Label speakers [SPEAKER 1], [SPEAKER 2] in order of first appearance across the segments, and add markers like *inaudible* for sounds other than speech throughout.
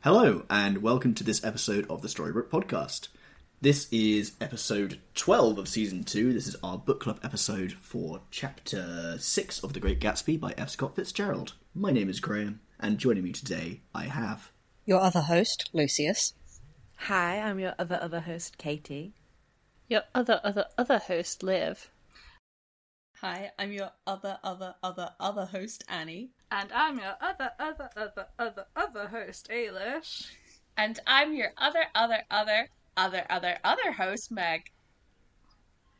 [SPEAKER 1] Hello, and welcome to this episode of the Storybook Podcast. This is episode 12 of season 2. This is our book club episode for chapter 6 of The Great Gatsby by F. Scott Fitzgerald. My name is Graham, and joining me today, I have.
[SPEAKER 2] Your other host, Lucius.
[SPEAKER 3] Hi, I'm your other other host, Katie.
[SPEAKER 4] Your other, other, other host, Liv.
[SPEAKER 5] Hi, I'm your other, other, other, other host, Annie.
[SPEAKER 6] And I'm your other, other, other, other, other host, Ailish.
[SPEAKER 5] And I'm your other, other, other, other, other, other host, Meg.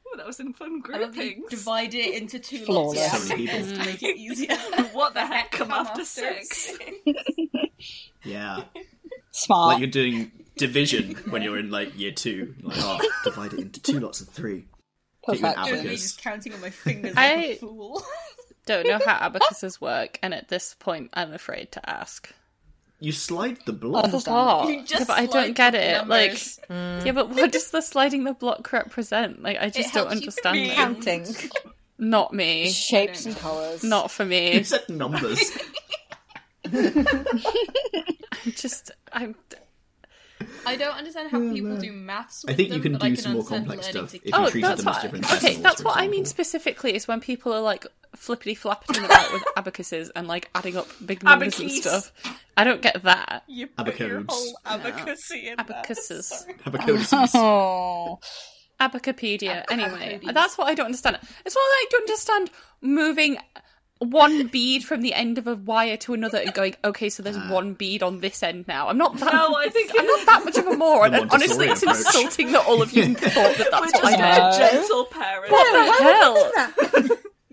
[SPEAKER 6] Oh, that was in fun
[SPEAKER 5] I love that you
[SPEAKER 6] groupings.
[SPEAKER 5] divide it into two
[SPEAKER 2] Flawless.
[SPEAKER 5] lots.
[SPEAKER 1] So many people.
[SPEAKER 5] to make it easier.
[SPEAKER 6] *laughs*
[SPEAKER 5] *laughs*
[SPEAKER 6] What the heck? Come after six.
[SPEAKER 1] Yeah. Uh, *laughs*
[SPEAKER 2] Smart.
[SPEAKER 1] Like you're doing division when you're in like year 2. Like, *laughs* oh, divide it into two lots of three. Get you an
[SPEAKER 2] Perfect.
[SPEAKER 5] Doing me
[SPEAKER 1] abacus.
[SPEAKER 5] just counting on my fingers
[SPEAKER 4] I-
[SPEAKER 5] like a fool.
[SPEAKER 4] Don't know
[SPEAKER 5] *laughs*
[SPEAKER 4] how abacuses work, and at this point, I'm afraid to ask.
[SPEAKER 1] You slide the block.
[SPEAKER 2] Understand.
[SPEAKER 4] block.
[SPEAKER 1] Oh,
[SPEAKER 5] You just
[SPEAKER 4] Yeah, but I don't
[SPEAKER 5] slide
[SPEAKER 4] get
[SPEAKER 5] the
[SPEAKER 4] it.
[SPEAKER 5] numbers.
[SPEAKER 4] Like, yeah, but what does the sliding the block represent? Like, I just don't
[SPEAKER 5] helps you
[SPEAKER 4] understand.
[SPEAKER 5] read. *laughs*
[SPEAKER 4] it.
[SPEAKER 2] Counting.
[SPEAKER 4] Not me.
[SPEAKER 2] Shapes and colours.
[SPEAKER 4] Not for me.
[SPEAKER 1] You said numbers.
[SPEAKER 4] I'm *laughs* just, I'm.
[SPEAKER 5] *laughs* I don't understand how people do maths.
[SPEAKER 1] Oh, I
[SPEAKER 5] with
[SPEAKER 1] think you
[SPEAKER 5] them,
[SPEAKER 1] can
[SPEAKER 5] but
[SPEAKER 1] do
[SPEAKER 5] I can
[SPEAKER 1] some more
[SPEAKER 5] understand
[SPEAKER 1] complex
[SPEAKER 5] learning
[SPEAKER 1] stuff if
[SPEAKER 5] to
[SPEAKER 1] you
[SPEAKER 4] Oh,
[SPEAKER 1] treated
[SPEAKER 4] that's
[SPEAKER 1] them as
[SPEAKER 4] what.
[SPEAKER 1] different
[SPEAKER 4] okay,
[SPEAKER 1] decimals,
[SPEAKER 4] that's
[SPEAKER 1] for
[SPEAKER 4] what I mean
[SPEAKER 1] example.
[SPEAKER 4] specifically is when people are like flippity flapping about with abacuses and like adding up big numbers and
[SPEAKER 6] Abacus.
[SPEAKER 4] stuff. I don't get that.
[SPEAKER 5] You
[SPEAKER 1] put Abacus. your whole
[SPEAKER 5] abacus in
[SPEAKER 4] Abacuses.
[SPEAKER 1] Have a codices.
[SPEAKER 2] Oh.
[SPEAKER 4] Abacopedia. Anyway,
[SPEAKER 5] Abacodies.
[SPEAKER 4] that's what I don't understand. It's not that I don't understand moving one bead from the end of a wire to another and going, okay, so there's one bead on this end now. I'm not that.
[SPEAKER 6] No, I think
[SPEAKER 4] I'm not that much of a moron.
[SPEAKER 1] The
[SPEAKER 4] And honestly,
[SPEAKER 1] Montessori
[SPEAKER 4] it's
[SPEAKER 1] approach.
[SPEAKER 4] insulting that all of
[SPEAKER 1] *laughs*
[SPEAKER 4] you *laughs* thought that that's what I
[SPEAKER 2] just-
[SPEAKER 4] meant.
[SPEAKER 2] No.
[SPEAKER 6] a gentle parent.
[SPEAKER 4] What the hell?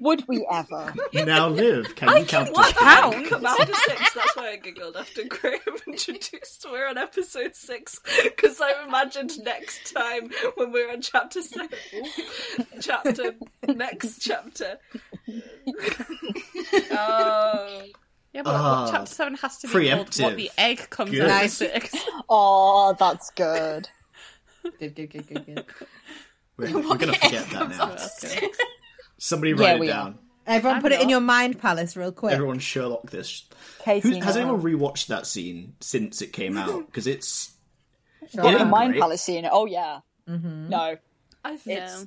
[SPEAKER 2] Would we ever? *laughs*
[SPEAKER 1] now live. Can you count
[SPEAKER 6] What
[SPEAKER 1] to
[SPEAKER 6] the heck? Come after six. That's why I giggled after Graham *laughs* introduced we're on episode six because I imagined next time when we're on chapter seven, Ooh. chapter next chapter.
[SPEAKER 5] Oh.
[SPEAKER 4] Yeah, but what-
[SPEAKER 1] Ah,
[SPEAKER 4] chapter 7 has to be called
[SPEAKER 1] preemptive.
[SPEAKER 4] What the Egg Comes
[SPEAKER 1] Good.
[SPEAKER 4] Out of
[SPEAKER 1] Nice.
[SPEAKER 4] Six.
[SPEAKER 2] Oh, that's good.
[SPEAKER 5] Good, good, good, good, good.
[SPEAKER 1] *laughs* We're, we're gonna forget that now. *laughs* Somebody
[SPEAKER 2] Yeah,
[SPEAKER 1] write it
[SPEAKER 2] we
[SPEAKER 1] down.
[SPEAKER 7] *laughs* Everyone
[SPEAKER 4] I'm
[SPEAKER 7] put it in
[SPEAKER 4] not.
[SPEAKER 7] your mind palace real quick.
[SPEAKER 1] Everyone Sherlock this.
[SPEAKER 2] Katie
[SPEAKER 1] Who, has
[SPEAKER 2] Nolan.
[SPEAKER 1] anyone rewatched that scene since it came out? Because it's
[SPEAKER 2] Got the
[SPEAKER 1] Yeah.
[SPEAKER 2] mind
[SPEAKER 1] Right.
[SPEAKER 2] palace scene. Oh, yeah. No.
[SPEAKER 6] I think
[SPEAKER 4] Yeah.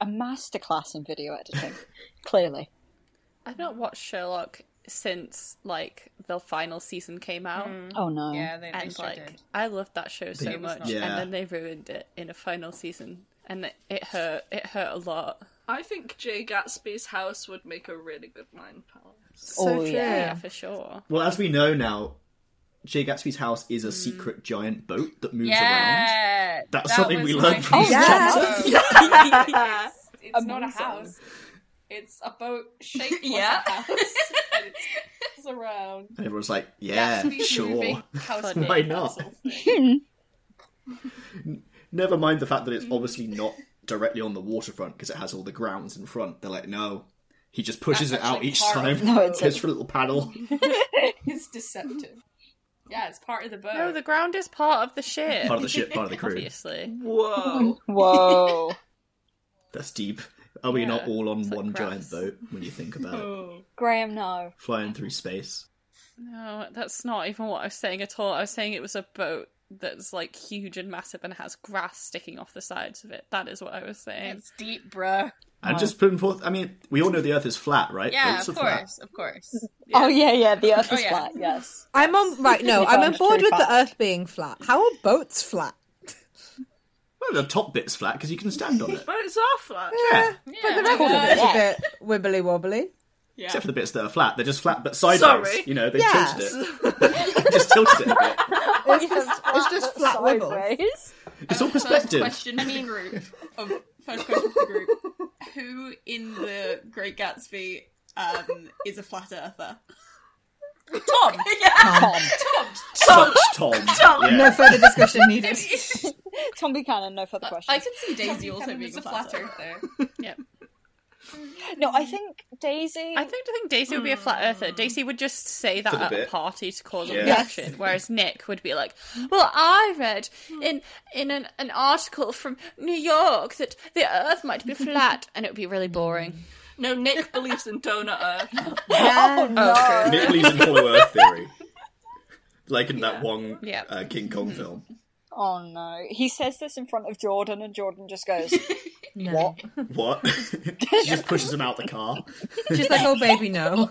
[SPEAKER 2] A masterclass in video editing. *laughs* Clearly.
[SPEAKER 4] I've not watched Sherlock since like the final season came
[SPEAKER 5] Hmm.
[SPEAKER 4] out.
[SPEAKER 5] Um,
[SPEAKER 2] Oh, no.
[SPEAKER 5] Yeah, they, they
[SPEAKER 4] and
[SPEAKER 5] sure
[SPEAKER 4] like
[SPEAKER 5] did.
[SPEAKER 4] I loved that show so
[SPEAKER 1] it was
[SPEAKER 4] much,
[SPEAKER 1] not- Yeah.
[SPEAKER 4] and then they ruined it in a final season, and it, it hurt. It hurt a lot.
[SPEAKER 6] I think Jay Gatsby's house would make a really good mind palace.
[SPEAKER 4] So
[SPEAKER 2] Oh,
[SPEAKER 4] true,
[SPEAKER 2] yeah.
[SPEAKER 4] for sure.
[SPEAKER 1] well, as we know now, Jay Gatsby's house is a secret giant boat that moves around.
[SPEAKER 5] Yeah.
[SPEAKER 1] That's
[SPEAKER 5] that
[SPEAKER 1] something we
[SPEAKER 5] was
[SPEAKER 1] learned
[SPEAKER 5] my
[SPEAKER 1] from
[SPEAKER 2] favorite
[SPEAKER 7] Yes.
[SPEAKER 5] episode.
[SPEAKER 6] Yeah.
[SPEAKER 5] *laughs* It's not a house. It's a boat shaped
[SPEAKER 3] Yeah.
[SPEAKER 5] like a house. and it's, it's around.
[SPEAKER 1] *laughs* And everyone's like, "Yeah,
[SPEAKER 5] Gatsby's
[SPEAKER 1] *laughs* sure."
[SPEAKER 5] moving House
[SPEAKER 1] *laughs*
[SPEAKER 4] Funny.
[SPEAKER 1] Why not? Never mind the fact that it's obviously not directly on the waterfront because it has all the grounds in front. They're like, "No." He just pushes
[SPEAKER 5] That's
[SPEAKER 1] it out
[SPEAKER 5] actually
[SPEAKER 1] each
[SPEAKER 5] part of
[SPEAKER 1] time. *laughs*
[SPEAKER 2] No, it's-
[SPEAKER 1] Goes for a little paddle.
[SPEAKER 5] It's deceptive. Yeah, it's part of the boat.
[SPEAKER 4] No, the ground is part of the ship.
[SPEAKER 1] Part of the ship, part of the crew.
[SPEAKER 4] Obviously,
[SPEAKER 2] Oh.
[SPEAKER 6] Whoa.
[SPEAKER 2] *laughs* Whoa.
[SPEAKER 1] That's deep. Are we
[SPEAKER 4] Yeah,
[SPEAKER 1] not all on
[SPEAKER 4] it's like
[SPEAKER 1] one giant
[SPEAKER 4] grass.
[SPEAKER 1] boat when you think about it?
[SPEAKER 5] Oh.
[SPEAKER 2] Graham, no.
[SPEAKER 1] Flying through space.
[SPEAKER 4] no, that's not even what I was saying at all. I was saying it was a boat that's like huge and massive and has grass sticking off the sides of it. That is what I was saying.
[SPEAKER 5] It's deep, bruh.
[SPEAKER 1] I'm just putting forth. I mean, we all know the Earth is flat, right?
[SPEAKER 5] Yeah,
[SPEAKER 1] Boats
[SPEAKER 5] of
[SPEAKER 1] are flat.
[SPEAKER 5] course, of course.
[SPEAKER 2] Oh, yeah, yeah. The earth
[SPEAKER 5] Oh,
[SPEAKER 2] is
[SPEAKER 5] yeah.
[SPEAKER 2] flat, yes.
[SPEAKER 7] I'm on right. No,
[SPEAKER 2] You
[SPEAKER 7] I'm on
[SPEAKER 2] found
[SPEAKER 7] board
[SPEAKER 2] three
[SPEAKER 7] with the
[SPEAKER 2] facts.
[SPEAKER 7] earth being flat. How are boats flat?
[SPEAKER 1] Well, the top bit's flat because you can stand on
[SPEAKER 6] *laughs*
[SPEAKER 1] it.
[SPEAKER 6] But it's our flat.
[SPEAKER 1] yeah.
[SPEAKER 7] but the rest of it's a bit wibbly wobbly.
[SPEAKER 1] Except for the bits that are flat. They're just flat, but sideways.
[SPEAKER 6] Sorry.
[SPEAKER 1] You know, they've
[SPEAKER 7] Yes.
[SPEAKER 1] tilted it. *laughs* just tilted it a bit.
[SPEAKER 2] It's just
[SPEAKER 7] it's
[SPEAKER 2] but
[SPEAKER 7] just flat
[SPEAKER 2] *laughs*
[SPEAKER 7] wibbles.
[SPEAKER 2] sideways.
[SPEAKER 1] It's all
[SPEAKER 5] First
[SPEAKER 1] perspective.
[SPEAKER 5] question for the group. Of, first question for the group. Who in the Great Gatsby um, is a flat earther? *laughs*
[SPEAKER 2] Tom. Tom.
[SPEAKER 1] Such Tom. Yeah.
[SPEAKER 7] No further discussion needed.
[SPEAKER 2] Tom Buchanan, no further questions.
[SPEAKER 5] I could see Daisy also being a flat earther.
[SPEAKER 4] Yep.
[SPEAKER 2] No,
[SPEAKER 5] *laughs*
[SPEAKER 2] I think Daisy.
[SPEAKER 4] I don't think Daisy would be a flat earther. Daisy would just say that
[SPEAKER 1] For the
[SPEAKER 4] at
[SPEAKER 1] bit.
[SPEAKER 4] a party to cause a
[SPEAKER 1] Yeah.
[SPEAKER 7] Yes.
[SPEAKER 4] reaction, whereas Nick would be like, "Well, I read in in an, an article from New York that the Earth might be flat," and it would be really boring.
[SPEAKER 6] No, Nick believes in donut earth.
[SPEAKER 7] Yeah.
[SPEAKER 4] Oh,
[SPEAKER 1] Nick believes in hollow Earth theory. like in that one
[SPEAKER 4] Yeah.
[SPEAKER 1] uh, King Kong film.
[SPEAKER 2] Oh no. He says this in front of Jordan, and Jordan just goes,
[SPEAKER 3] No.
[SPEAKER 2] What?
[SPEAKER 1] What? *laughs* she just pushes him out the car.
[SPEAKER 7] She's like, oh baby, no.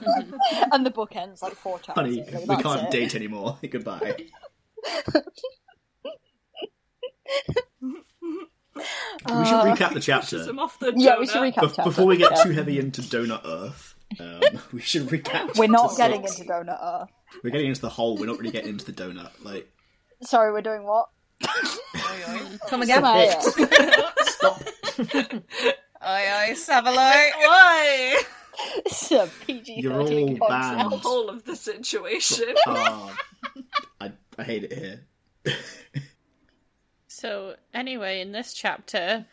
[SPEAKER 2] and the book ends like four times.
[SPEAKER 1] Honey,
[SPEAKER 2] It's like,
[SPEAKER 1] we
[SPEAKER 2] "That's
[SPEAKER 1] can't
[SPEAKER 2] it."
[SPEAKER 1] date anymore. *laughs* Goodbye. we should recap the chapter.
[SPEAKER 6] I'm off the
[SPEAKER 2] Yeah, we should recap.
[SPEAKER 6] donut.
[SPEAKER 1] Bef-
[SPEAKER 2] Uh, chapter.
[SPEAKER 1] before we get
[SPEAKER 2] Yeah.
[SPEAKER 1] too heavy into Donut Earth, um, *laughs* we should recap.
[SPEAKER 2] We're not
[SPEAKER 1] chapter
[SPEAKER 2] getting
[SPEAKER 1] six.
[SPEAKER 2] into Donut uh, Earth.
[SPEAKER 1] We're getting into the hole. We're not really getting into the donut. Like,
[SPEAKER 2] Sorry, we're doing what?
[SPEAKER 7] Come again.
[SPEAKER 2] Maya.
[SPEAKER 5] Aye, aye, Savalo.
[SPEAKER 6] Why?
[SPEAKER 2] It's a PG
[SPEAKER 1] You're all
[SPEAKER 2] thirteen podcast.
[SPEAKER 1] banned.
[SPEAKER 6] Whole of
[SPEAKER 2] *laughs*
[SPEAKER 6] the situation.
[SPEAKER 2] Um,
[SPEAKER 1] Ah, I, I hate it here.
[SPEAKER 4] So anyway, in this chapter,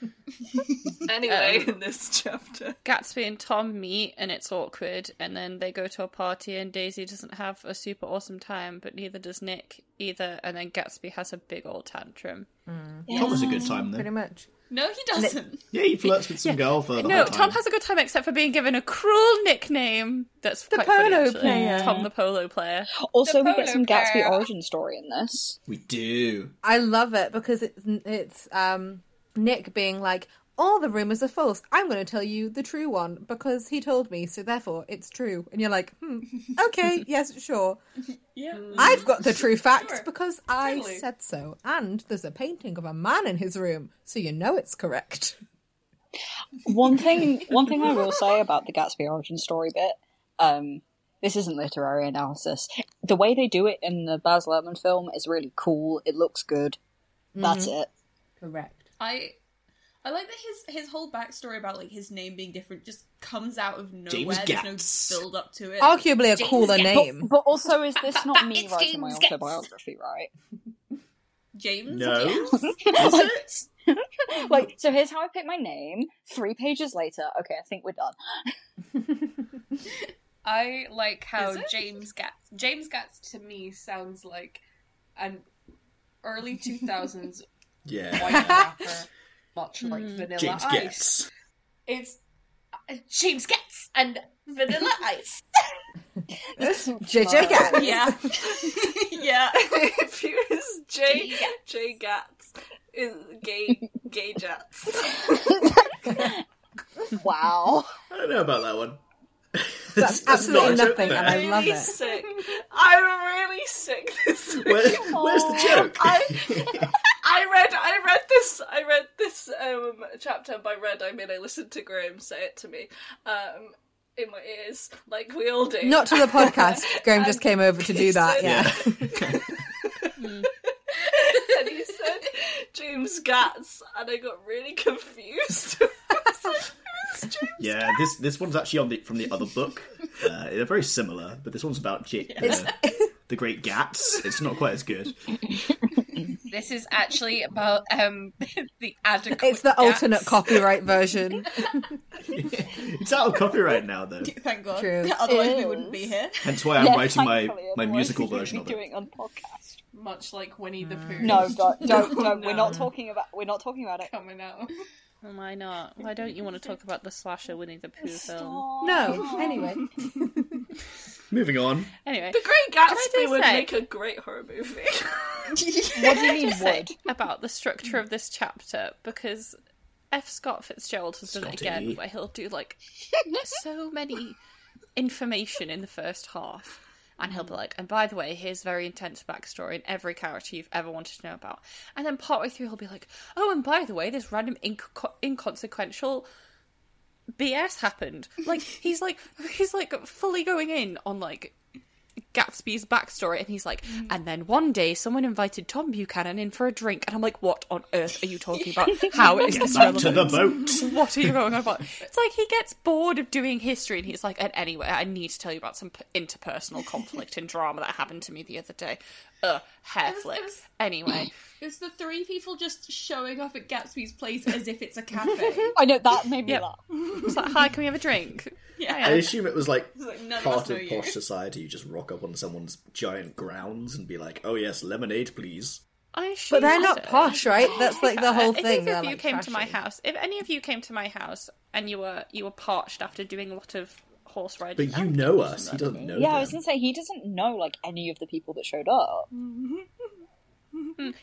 [SPEAKER 6] Anyway, in this chapter.
[SPEAKER 4] Gatsby and Tom meet and it's awkward, and then they go to a party and Daisy doesn't have a super awesome time, but neither does Nick either, and then Gatsby has a big old tantrum.
[SPEAKER 1] Tom has a good time
[SPEAKER 7] Pretty
[SPEAKER 1] though.
[SPEAKER 7] much.
[SPEAKER 5] No, he doesn't.
[SPEAKER 1] Yeah, he flirts with some girl for the
[SPEAKER 4] No,
[SPEAKER 1] whole
[SPEAKER 4] Tom
[SPEAKER 1] time.
[SPEAKER 4] has a good time except for being given a cruel nickname. That's the quite funny,
[SPEAKER 7] polo
[SPEAKER 4] actually.
[SPEAKER 7] player.
[SPEAKER 4] Tom the polo player.
[SPEAKER 2] Also,
[SPEAKER 5] The
[SPEAKER 2] we get some
[SPEAKER 5] polo
[SPEAKER 2] Gatsby
[SPEAKER 5] player.
[SPEAKER 2] origin story in this.
[SPEAKER 1] We do.
[SPEAKER 7] I love it because it's it's um Nick being like, all the rumors are false. I'm going to tell you the true one because he told me, so therefore it's true. And you're like,
[SPEAKER 5] *laughs*
[SPEAKER 7] hmm, okay, yes, sure.
[SPEAKER 5] Yeah.
[SPEAKER 7] I've got the true facts
[SPEAKER 5] Sure.
[SPEAKER 7] because I
[SPEAKER 5] Totally.
[SPEAKER 7] said so. And there's a painting of a man in his room, so you know it's correct.
[SPEAKER 2] One thing, one thing I will say about the Gatsby origin story bit. Um, this isn't literary analysis. The way they do it in the Baz Luhrmann film is really cool. It looks good. That's it.
[SPEAKER 7] Correct.
[SPEAKER 5] I I like that his his whole backstory about like his name being different just comes out of nowhere.
[SPEAKER 1] James Gatz.
[SPEAKER 5] There's no build up to it.
[SPEAKER 7] Arguably a
[SPEAKER 5] James
[SPEAKER 7] cooler
[SPEAKER 5] Gatz.
[SPEAKER 2] But,
[SPEAKER 7] name.
[SPEAKER 2] but also, is this not me
[SPEAKER 5] It's
[SPEAKER 2] writing my
[SPEAKER 5] James Gates.
[SPEAKER 2] autobiography, right?
[SPEAKER 5] *laughs* James
[SPEAKER 1] No.
[SPEAKER 5] Gatz.
[SPEAKER 2] Like, so here's how I pick my name. Three pages later, okay, I think we're
[SPEAKER 5] *laughs*
[SPEAKER 2] done.
[SPEAKER 6] I like how
[SPEAKER 5] Is it?
[SPEAKER 6] James Gatz. James Gatz to me sounds like an early 2000s white
[SPEAKER 1] Yeah.
[SPEAKER 7] *laughs*
[SPEAKER 6] rapper, much like
[SPEAKER 5] Hmm.
[SPEAKER 6] Vanilla
[SPEAKER 1] James
[SPEAKER 6] Ice.
[SPEAKER 1] gets.
[SPEAKER 6] It's uh, James Gatz and Vanilla Ice.
[SPEAKER 7] JJ Gatz.
[SPEAKER 5] Yeah. yeah.
[SPEAKER 6] if you is J J Gatz is gay gay Jats.
[SPEAKER 2] Wow.
[SPEAKER 1] I don't know about that one. *laughs*
[SPEAKER 7] That's
[SPEAKER 1] not
[SPEAKER 7] absolutely
[SPEAKER 1] a joke
[SPEAKER 7] nothing,
[SPEAKER 1] there.
[SPEAKER 7] and I love
[SPEAKER 6] really
[SPEAKER 7] it.
[SPEAKER 6] sick. I'm really sick this
[SPEAKER 2] *laughs*
[SPEAKER 6] week.
[SPEAKER 1] Where, where's the joke? *laughs*
[SPEAKER 6] I read I read this I read this um, chapter and by read I mean I listened to Graham say it to me um, in my ears like we all do.
[SPEAKER 7] Not to the podcast. Graham just came over to do that.
[SPEAKER 6] said-
[SPEAKER 7] Yeah.
[SPEAKER 1] yeah.
[SPEAKER 6] *laughs* and he said James Gatz and I got really confused. *laughs*
[SPEAKER 1] yeah, this this one's actually on the from the other book. Uh, they're very similar, but this one's about Jake, the, the Great Gats. It's not quite as good. *laughs*
[SPEAKER 5] This is actually about um *laughs* the adequate.
[SPEAKER 7] It's the alternate
[SPEAKER 5] Gatz.
[SPEAKER 7] copyright
[SPEAKER 4] *laughs*
[SPEAKER 7] version.
[SPEAKER 1] It's out of copyright now, though.
[SPEAKER 5] Thank God.
[SPEAKER 7] True.
[SPEAKER 5] *laughs* Otherwise, we
[SPEAKER 2] It
[SPEAKER 5] wouldn't be
[SPEAKER 2] is.
[SPEAKER 5] here.
[SPEAKER 1] Hence why I'm
[SPEAKER 2] Yeah,
[SPEAKER 1] writing my,
[SPEAKER 2] thankfully,
[SPEAKER 1] my
[SPEAKER 2] otherwise
[SPEAKER 1] musical
[SPEAKER 2] we'd
[SPEAKER 1] version
[SPEAKER 2] be
[SPEAKER 1] of it.
[SPEAKER 2] doing it on
[SPEAKER 5] *laughs*
[SPEAKER 2] podcast.
[SPEAKER 6] Much like Winnie
[SPEAKER 4] Mm.
[SPEAKER 6] the Pooh.
[SPEAKER 2] No, don't, don't, don't. We're not talking about. We're not talking about it.
[SPEAKER 5] Oh,
[SPEAKER 6] coming out.
[SPEAKER 4] Why not? Why don't you want to talk about the slasher Winnie the Pooh film?
[SPEAKER 2] Stop.
[SPEAKER 7] No,
[SPEAKER 5] *laughs*
[SPEAKER 7] anyway.
[SPEAKER 1] Moving on.
[SPEAKER 4] Anyway,
[SPEAKER 6] The Great
[SPEAKER 4] Can I
[SPEAKER 6] Gatsby
[SPEAKER 4] just
[SPEAKER 6] would
[SPEAKER 4] say-
[SPEAKER 6] make a great horror movie. *laughs*
[SPEAKER 2] What do you mean
[SPEAKER 4] say
[SPEAKER 2] would?
[SPEAKER 4] about the structure of this chapter because F. Scott Fitzgerald has done it
[SPEAKER 1] Scotty.
[SPEAKER 4] again, where he'll do like *laughs* so many information in the first half, and he'll be like, "And by the way, here's very intense backstory in every character you've ever wanted to know about," and then partway through he'll be like, "Oh, and by the way, this random inco- inconsequential." BS happened. Like *laughs* he's like he's like fully going in on like Gatsby's backstory, and he's like, and then one day someone invited Tom Buchanan in for a drink, and I'm like, what on earth are you talking about? How is this
[SPEAKER 1] Back to
[SPEAKER 4] relevant?
[SPEAKER 1] the boat.
[SPEAKER 4] *laughs* What are you going on about? It's like he gets bored of doing history, and he's like, and anyway, I need to tell you about some p- interpersonal conflict and drama that happened to me the other day. Uh, hair
[SPEAKER 5] It was- it
[SPEAKER 4] flip.
[SPEAKER 5] was-
[SPEAKER 4] Anyway,
[SPEAKER 5] It's the three people just showing up at Gatsby's place as if it's a
[SPEAKER 4] *laughs*
[SPEAKER 5] cafe.
[SPEAKER 2] I know that made me
[SPEAKER 4] Yep.
[SPEAKER 2] laugh.
[SPEAKER 4] it's like, hi, can we have a drink?
[SPEAKER 5] yeah.
[SPEAKER 1] I assume it was like
[SPEAKER 5] like, none of us
[SPEAKER 1] part
[SPEAKER 5] know
[SPEAKER 1] of
[SPEAKER 5] you.
[SPEAKER 1] posh society. You just rock up on someone's giant grounds and be like, "Oh yes, lemonade, please."
[SPEAKER 4] I
[SPEAKER 7] But they're
[SPEAKER 4] should-
[SPEAKER 7] not posh, right? That's like the whole
[SPEAKER 4] if
[SPEAKER 7] thing.
[SPEAKER 4] either
[SPEAKER 7] they're,
[SPEAKER 4] of you
[SPEAKER 7] like,
[SPEAKER 4] came to my
[SPEAKER 7] trashy.
[SPEAKER 4] house, if any of you came to my house and you were you were parched after doing a lot of horse riding.
[SPEAKER 1] But you
[SPEAKER 4] and
[SPEAKER 1] know
[SPEAKER 4] horse
[SPEAKER 1] us. He
[SPEAKER 4] riding.
[SPEAKER 1] doesn't know.
[SPEAKER 2] yeah, I
[SPEAKER 1] them.
[SPEAKER 2] was gonna say he doesn't know like any of the people that showed up.
[SPEAKER 4] Mm,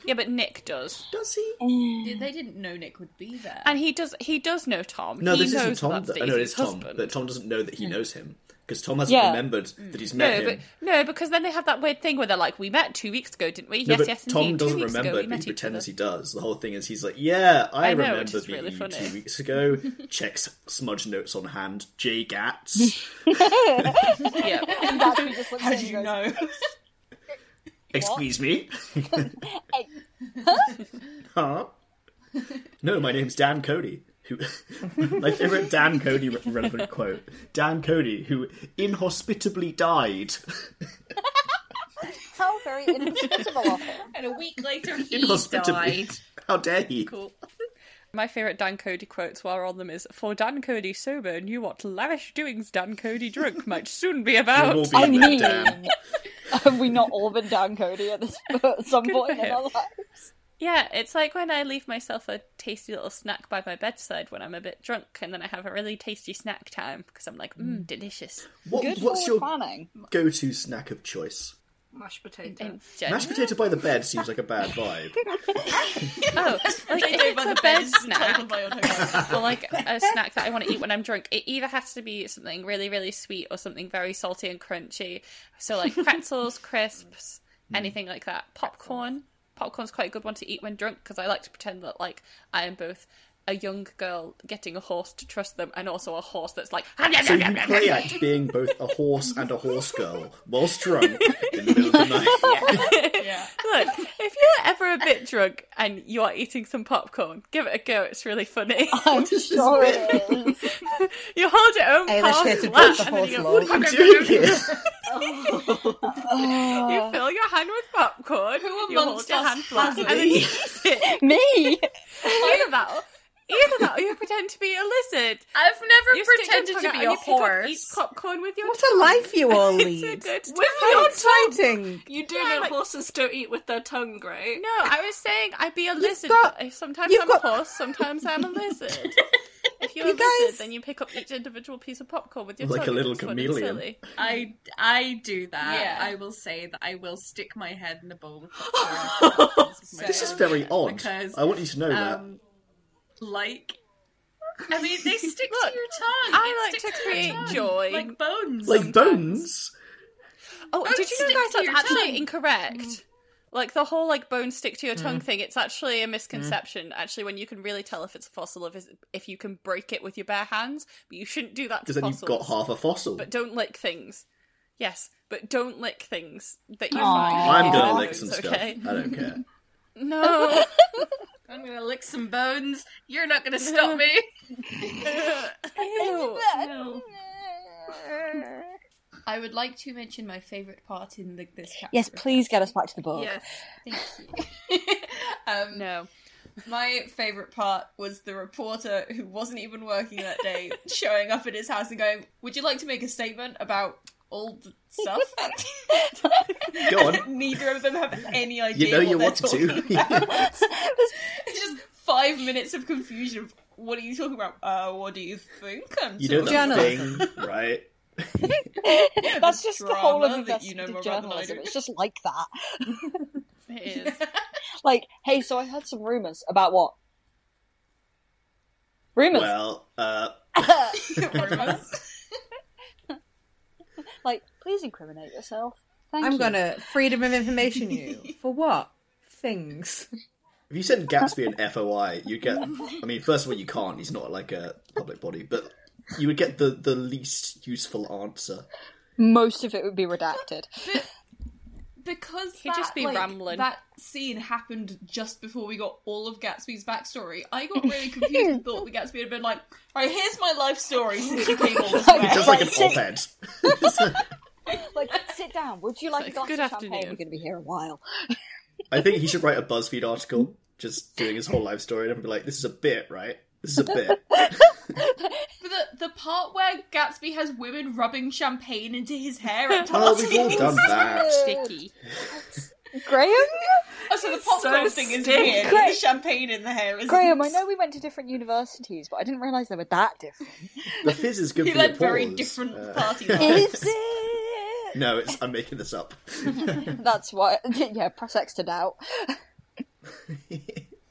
[SPEAKER 4] Yeah, but Nick does,
[SPEAKER 1] Does he?
[SPEAKER 5] They didn't know Nick would be there.
[SPEAKER 4] and he does. He does know Tom.
[SPEAKER 1] No,
[SPEAKER 4] he
[SPEAKER 1] this
[SPEAKER 4] knows
[SPEAKER 1] isn't Tom.
[SPEAKER 4] That's
[SPEAKER 1] Though.
[SPEAKER 4] Daisy's
[SPEAKER 1] No, it's Tom.
[SPEAKER 4] husband.
[SPEAKER 1] But Tom doesn't know that he knows him because Tom hasn't
[SPEAKER 2] Hmm. Yeah.
[SPEAKER 1] remembered that he's met
[SPEAKER 4] No,
[SPEAKER 1] him.
[SPEAKER 4] but no, because then they have that weird thing where they're like, "We met two weeks ago, didn't we?"
[SPEAKER 1] No,
[SPEAKER 4] yes,
[SPEAKER 1] but
[SPEAKER 4] yes.
[SPEAKER 1] Tom
[SPEAKER 4] indeed. two
[SPEAKER 1] doesn't
[SPEAKER 4] weeks ago,
[SPEAKER 1] remember,
[SPEAKER 4] we
[SPEAKER 1] but
[SPEAKER 4] met
[SPEAKER 1] he
[SPEAKER 4] each
[SPEAKER 1] pretends
[SPEAKER 4] other."
[SPEAKER 1] he does. The whole thing is he's like, "Yeah, I,
[SPEAKER 4] I know,
[SPEAKER 1] remember
[SPEAKER 4] which is
[SPEAKER 1] meeting
[SPEAKER 4] really
[SPEAKER 1] you
[SPEAKER 4] funny.
[SPEAKER 1] two weeks ago."
[SPEAKER 2] *laughs*
[SPEAKER 1] Checks smudge notes on hand. J Gats.
[SPEAKER 4] *laughs* Yeah,
[SPEAKER 2] And Gatsby just looks
[SPEAKER 5] *laughs* How
[SPEAKER 2] at
[SPEAKER 5] do
[SPEAKER 2] him
[SPEAKER 5] you
[SPEAKER 2] and goes,
[SPEAKER 5] know?
[SPEAKER 1] Excuse me.
[SPEAKER 2] *laughs* "Hey,
[SPEAKER 1] *laughs* Huh? No, my name's Dan Cody. Who, *laughs* my favorite Dan Cody re- relevant quote. Dan Cody, who inhospitably died. *laughs*
[SPEAKER 2] how very inhospitable
[SPEAKER 1] *laughs*
[SPEAKER 2] of him.
[SPEAKER 5] and a week later, he
[SPEAKER 1] Inhospitably. How dare he?
[SPEAKER 5] Cool.
[SPEAKER 4] my favorite Dan Cody quotes while we're on them is, "For Dan Cody sober, knew what lavish doings Dan Cody
[SPEAKER 1] *laughs*
[SPEAKER 4] drunk might soon be
[SPEAKER 1] We've
[SPEAKER 4] about."
[SPEAKER 1] all
[SPEAKER 2] *laughs* I
[SPEAKER 1] been there,
[SPEAKER 2] mean,
[SPEAKER 1] Dan.
[SPEAKER 2] *laughs* have we not all been down Cody at this *laughs* at some point in
[SPEAKER 4] him.
[SPEAKER 2] our lives?
[SPEAKER 4] Yeah, it's like when I leave myself a tasty little snack by my bedside when I'm a bit drunk, and then I have a really tasty snack time because I'm like,
[SPEAKER 1] Mm.
[SPEAKER 4] mmm, delicious.
[SPEAKER 1] What,
[SPEAKER 2] Good
[SPEAKER 1] what's your
[SPEAKER 2] forward planning.
[SPEAKER 1] go-to snack of choice?
[SPEAKER 6] Mashed potato.
[SPEAKER 4] And Jen-
[SPEAKER 1] Mashed potato by the bed seems like a bad vibe.
[SPEAKER 4] oh,
[SPEAKER 5] *laughs*
[SPEAKER 4] like if
[SPEAKER 5] Potato by
[SPEAKER 4] it's
[SPEAKER 5] the
[SPEAKER 4] a bed
[SPEAKER 5] is the title
[SPEAKER 4] snack
[SPEAKER 5] of my autobiography.
[SPEAKER 4] *laughs* or like a snack that I want to eat when I'm drunk, it either has to be something really, really sweet or something very salty and crunchy. So like
[SPEAKER 5] *laughs*
[SPEAKER 4] pretzels, crisps,
[SPEAKER 5] Hmm.
[SPEAKER 4] anything like that. Popcorn. Popcorn's quite a good one to eat when drunk because I like to pretend that like I am both a young girl getting a horse to trust them and also a horse that's like
[SPEAKER 1] So you play at being both a horse and a horse girl whilst drunk in the middle of the night.
[SPEAKER 4] *laughs*
[SPEAKER 5] yeah.
[SPEAKER 4] Look, if you're ever a bit drunk and you are eating some popcorn, give it a go. It's really funny.
[SPEAKER 5] *laughs*
[SPEAKER 2] I'm sure it is.
[SPEAKER 4] you hold your own
[SPEAKER 7] Hey,
[SPEAKER 4] palm
[SPEAKER 7] let's get to
[SPEAKER 4] flat
[SPEAKER 7] the
[SPEAKER 4] and then you
[SPEAKER 7] horse
[SPEAKER 4] go,
[SPEAKER 1] I'm
[SPEAKER 7] lord.
[SPEAKER 1] doing
[SPEAKER 5] *laughs*
[SPEAKER 1] it.
[SPEAKER 4] you fill your hand with popcorn.
[SPEAKER 5] Who
[SPEAKER 4] you hold
[SPEAKER 5] amongst
[SPEAKER 4] your
[SPEAKER 5] us
[SPEAKER 4] hand flat and
[SPEAKER 5] hasn't?
[SPEAKER 4] then you eat it.
[SPEAKER 2] Me?
[SPEAKER 4] Either that, or, either that, or you pretend to be a lizard.
[SPEAKER 6] I've never
[SPEAKER 4] You stick your
[SPEAKER 6] pretended
[SPEAKER 4] tongue
[SPEAKER 6] to
[SPEAKER 4] out
[SPEAKER 6] be
[SPEAKER 4] and
[SPEAKER 6] a
[SPEAKER 4] you pick up each
[SPEAKER 6] horse.
[SPEAKER 4] popcorn with your
[SPEAKER 7] What
[SPEAKER 4] tongue.
[SPEAKER 7] a life you all
[SPEAKER 4] *laughs* It's a
[SPEAKER 7] lead.
[SPEAKER 4] good
[SPEAKER 7] How
[SPEAKER 4] time.
[SPEAKER 7] exciting!
[SPEAKER 6] You do
[SPEAKER 4] Yeah,
[SPEAKER 6] know
[SPEAKER 4] like-
[SPEAKER 6] horses don't eat with their tongue, right?
[SPEAKER 4] No, I was saying I'd be a lizard.
[SPEAKER 7] got-
[SPEAKER 4] but I- sometimes
[SPEAKER 7] you've
[SPEAKER 4] I'm
[SPEAKER 7] got-
[SPEAKER 4] a horse, sometimes I'm a lizard. If you're
[SPEAKER 7] You
[SPEAKER 4] a
[SPEAKER 7] guys-
[SPEAKER 4] lizard, then you pick up each individual piece of popcorn with your
[SPEAKER 1] Like a
[SPEAKER 4] tongue.
[SPEAKER 1] little
[SPEAKER 4] It's fun and
[SPEAKER 1] chameleon.
[SPEAKER 4] silly.
[SPEAKER 5] I I do that.
[SPEAKER 4] Yeah.
[SPEAKER 5] I will say that I will stick my head in the bowl.
[SPEAKER 6] *laughs*
[SPEAKER 5] Of popcorn.
[SPEAKER 1] This is very odd.
[SPEAKER 5] Because,
[SPEAKER 1] I want you to know that.
[SPEAKER 5] um, like. I mean,
[SPEAKER 6] *laughs*
[SPEAKER 5] they stick
[SPEAKER 4] Look,
[SPEAKER 5] to your tongue.
[SPEAKER 4] I
[SPEAKER 5] It
[SPEAKER 4] like
[SPEAKER 5] sticks
[SPEAKER 4] to
[SPEAKER 5] your
[SPEAKER 4] create
[SPEAKER 5] tongue,
[SPEAKER 4] joy.
[SPEAKER 5] like bones.
[SPEAKER 1] Like
[SPEAKER 5] sometimes.
[SPEAKER 1] bones.
[SPEAKER 4] Oh, did you know,
[SPEAKER 5] stick
[SPEAKER 4] guys,
[SPEAKER 5] to
[SPEAKER 4] that's
[SPEAKER 5] your
[SPEAKER 4] actually
[SPEAKER 5] tongue.
[SPEAKER 4] incorrect. Mm. Like the whole like bone stick to your tongue thing, it's actually a misconception. Actually, when you can really tell if it's a fossil if it's- if you can break it with your bare hands, but you shouldn't do that to
[SPEAKER 1] Because then you've got
[SPEAKER 4] fossils.
[SPEAKER 1] half a fossil.
[SPEAKER 4] But don't lick things. Yes, but don't lick things that you
[SPEAKER 2] Aw.
[SPEAKER 4] find.
[SPEAKER 1] I'm
[SPEAKER 4] in
[SPEAKER 1] gonna
[SPEAKER 4] your
[SPEAKER 1] lick
[SPEAKER 4] bones,
[SPEAKER 1] some
[SPEAKER 4] *laughs* okay?
[SPEAKER 1] stuff. I don't care.
[SPEAKER 4] *laughs* No.
[SPEAKER 5] I'm gonna lick some bones. You're not gonna stop me.
[SPEAKER 4] *laughs* Ew.
[SPEAKER 5] No. I would like to mention my favourite part in the, this chapter.
[SPEAKER 2] Yes, please get us back to the book. *laughs*
[SPEAKER 5] Yes, thank you. *laughs* um,
[SPEAKER 4] No.
[SPEAKER 5] My favourite part was the reporter who wasn't even working that
[SPEAKER 1] *laughs*
[SPEAKER 5] day showing up at his house and going, Would you like to make a statement about all the stuff?
[SPEAKER 1] *laughs* Go on.
[SPEAKER 5] Neither of them have any idea.
[SPEAKER 1] You know
[SPEAKER 5] what
[SPEAKER 1] you
[SPEAKER 5] they're
[SPEAKER 1] want
[SPEAKER 5] talking
[SPEAKER 1] *laughs* to.
[SPEAKER 5] It's just five minutes of confusion. of, What are you talking about? Uh, what do you think? I'm
[SPEAKER 1] you
[SPEAKER 5] *laughs*
[SPEAKER 1] know
[SPEAKER 5] talking
[SPEAKER 1] that
[SPEAKER 7] Journalism.
[SPEAKER 1] thing, right?
[SPEAKER 2] That's just the whole of
[SPEAKER 5] Drama that you
[SPEAKER 2] investigative
[SPEAKER 5] know more about than I
[SPEAKER 2] journalism.
[SPEAKER 5] do.
[SPEAKER 2] It's just like that.
[SPEAKER 4] It *laughs* is.
[SPEAKER 2] Like, hey, so I heard some rumors about what? Rumors.
[SPEAKER 1] Well, uh,
[SPEAKER 5] about rumors.
[SPEAKER 2] *laughs* like, please incriminate yourself. Thank
[SPEAKER 7] I'm
[SPEAKER 2] you.
[SPEAKER 7] gonna freedom of information you
[SPEAKER 4] *laughs*
[SPEAKER 7] for what things?
[SPEAKER 1] if you send Gatsby
[SPEAKER 5] *laughs*
[SPEAKER 1] an FOI, you'd get. I mean, first of all, you can't. He's not like a public body, but you would get the the least useful answer.
[SPEAKER 2] Most of it would be redacted.
[SPEAKER 5] because
[SPEAKER 4] He'd
[SPEAKER 5] that,
[SPEAKER 4] just be
[SPEAKER 5] like,
[SPEAKER 4] rambling.
[SPEAKER 5] That scene happened just before we got all of Gatsby's backstory.
[SPEAKER 2] *laughs*
[SPEAKER 5] I got really confused and thought that Gatsby had been like, "All right, here's my
[SPEAKER 2] *laughs*
[SPEAKER 5] life story since you came all this way."
[SPEAKER 1] Just like an
[SPEAKER 2] Right.
[SPEAKER 1] op-ed.
[SPEAKER 2] Like, sit down. Would you like a
[SPEAKER 4] Like,
[SPEAKER 2] glass
[SPEAKER 4] good
[SPEAKER 2] of champagne?
[SPEAKER 4] afternoon.
[SPEAKER 2] We're going to be here a while.
[SPEAKER 1] I think he should write a BuzzFeed article just doing his whole life story and everyone be like, "This is a bit, right? This is a bit."
[SPEAKER 5] But the, the part where Gatsby has women rubbing champagne
[SPEAKER 2] *laughs*
[SPEAKER 5] into his hair at
[SPEAKER 1] Oh,
[SPEAKER 5] *laughs* parties.
[SPEAKER 1] we've all done that.
[SPEAKER 4] Sticky.
[SPEAKER 2] Graham?
[SPEAKER 5] I'm Oh, so the popcorn
[SPEAKER 6] So
[SPEAKER 5] thing is
[SPEAKER 6] stiff.
[SPEAKER 5] weird. and The
[SPEAKER 2] Great.
[SPEAKER 5] champagne in the hair is.
[SPEAKER 2] Graham, I know we went to different universities, but I didn't realise they were that different.
[SPEAKER 1] The fizz is good
[SPEAKER 5] *laughs* He
[SPEAKER 1] for your
[SPEAKER 5] led very
[SPEAKER 1] pores.
[SPEAKER 5] different
[SPEAKER 1] Uh,
[SPEAKER 5] party
[SPEAKER 2] Is it?
[SPEAKER 1] No, it's, I'm making this
[SPEAKER 5] *laughs*
[SPEAKER 1] up.
[SPEAKER 2] That's why. *laughs* Yeah, press X to doubt.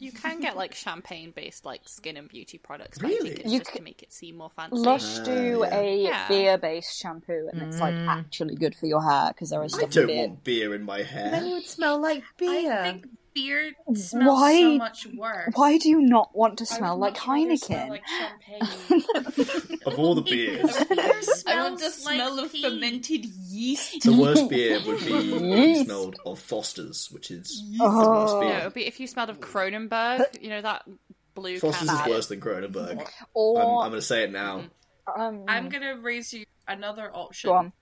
[SPEAKER 4] You can get like champagne based like skin and beauty products, but I
[SPEAKER 1] Really?
[SPEAKER 4] think it's
[SPEAKER 2] You
[SPEAKER 4] just
[SPEAKER 2] c-
[SPEAKER 4] to make it seem more fancy.
[SPEAKER 2] Lush do
[SPEAKER 1] yeah.
[SPEAKER 2] a
[SPEAKER 4] Yeah.
[SPEAKER 2] beer-based shampoo, and it's like actually good for your hair because there is
[SPEAKER 1] I
[SPEAKER 2] stuff in
[SPEAKER 1] don't
[SPEAKER 2] beer.
[SPEAKER 1] want beer in my
[SPEAKER 7] Then it
[SPEAKER 1] hair.
[SPEAKER 7] would smell like beer.
[SPEAKER 8] I think beer smells
[SPEAKER 2] Why-
[SPEAKER 8] so much worse.
[SPEAKER 2] Why do you not want to
[SPEAKER 8] I would
[SPEAKER 2] smell like
[SPEAKER 8] much rather
[SPEAKER 2] Heineken? *laughs*
[SPEAKER 8] Smell like champagne.
[SPEAKER 1] Of all the beers,
[SPEAKER 8] beer smells
[SPEAKER 5] I want the smell
[SPEAKER 8] like
[SPEAKER 5] of
[SPEAKER 8] pee.
[SPEAKER 5] fermented yeast.
[SPEAKER 1] the worst beer would
[SPEAKER 5] *laughs*
[SPEAKER 1] be if it
[SPEAKER 2] Yeast.
[SPEAKER 1] smelled of Foster's, which is the worst
[SPEAKER 2] Oh.
[SPEAKER 4] No, it
[SPEAKER 1] beer.
[SPEAKER 4] would be if you smelled of Cronenberg, you know that blue
[SPEAKER 1] Foster's is
[SPEAKER 4] can.
[SPEAKER 1] worse than Cronenberg. I'm,
[SPEAKER 2] or
[SPEAKER 1] I'm going to say it now.
[SPEAKER 2] um,
[SPEAKER 8] I'm gonna raise you another option.
[SPEAKER 2] go on.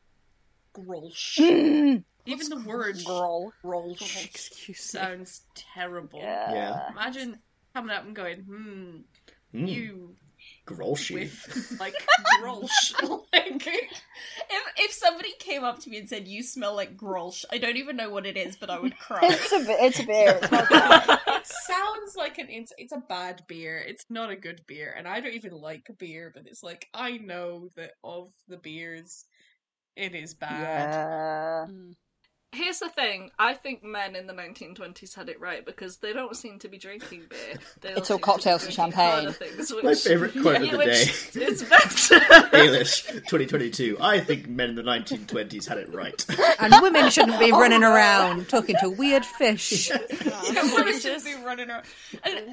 [SPEAKER 8] Grolsch.
[SPEAKER 6] *laughs*
[SPEAKER 2] Mm,
[SPEAKER 8] Even the word
[SPEAKER 2] Growl.
[SPEAKER 8] Grolsch
[SPEAKER 4] Excuse me.
[SPEAKER 8] sounds terrible.
[SPEAKER 1] Yeah.
[SPEAKER 8] Imagine coming up and going, hmm,
[SPEAKER 1] Mm,
[SPEAKER 8] you
[SPEAKER 1] Grolshy.
[SPEAKER 8] with
[SPEAKER 1] *laughs*
[SPEAKER 5] *laughs*
[SPEAKER 8] like Grolsch. *laughs*
[SPEAKER 5] if, if somebody came up to me and said you smell like grolsch, I don't even know what it is, but I would cry.
[SPEAKER 2] *laughs* It's a bi- it's a beer.
[SPEAKER 1] *laughs*
[SPEAKER 2] It's not
[SPEAKER 8] *laughs* it sounds like an it's, it's a bad beer. It's not a good beer, and I don't even like beer. But it's like I know that of the beers, it is bad.
[SPEAKER 2] yeah.
[SPEAKER 4] Mm.
[SPEAKER 6] Here's the thing. I think men in the 1920s had it right because they don't seem to be drinking
[SPEAKER 8] *laughs*
[SPEAKER 6] beer. They
[SPEAKER 2] It's all
[SPEAKER 6] seem to be
[SPEAKER 2] cocktails and
[SPEAKER 6] drinking
[SPEAKER 2] champagne.
[SPEAKER 6] harder Things, which,
[SPEAKER 1] My favourite quote of the
[SPEAKER 6] *laughs* which
[SPEAKER 1] day.
[SPEAKER 6] It's better.
[SPEAKER 1] Ailish, 2022. I think men in the 1920s had it right.
[SPEAKER 7] And women shouldn't be running around talking to weird fish.
[SPEAKER 8] *laughs*
[SPEAKER 5] *laughs* Women should be running around.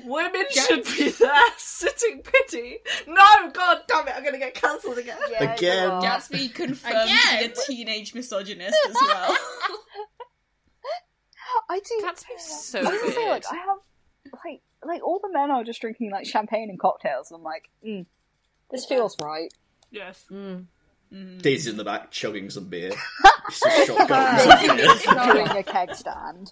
[SPEAKER 6] Women should be there *laughs* sitting pity. No, god damn it, I'm gonna get cancelled again.
[SPEAKER 1] Again.
[SPEAKER 2] Uh,
[SPEAKER 5] Gatsby confirmed to be a teenage misogynist as well.
[SPEAKER 2] I do.
[SPEAKER 4] That's so
[SPEAKER 2] I was gonna say,
[SPEAKER 4] weird.
[SPEAKER 2] like, I have like like all the men are just drinking like champagne and cocktails. And I'm like, mm, this feels right.
[SPEAKER 6] Yes.
[SPEAKER 8] Mm.
[SPEAKER 1] Daisy's in the back chugging some
[SPEAKER 8] *laughs*
[SPEAKER 1] beer. She's just shotgunning some
[SPEAKER 2] Doing a keg stand.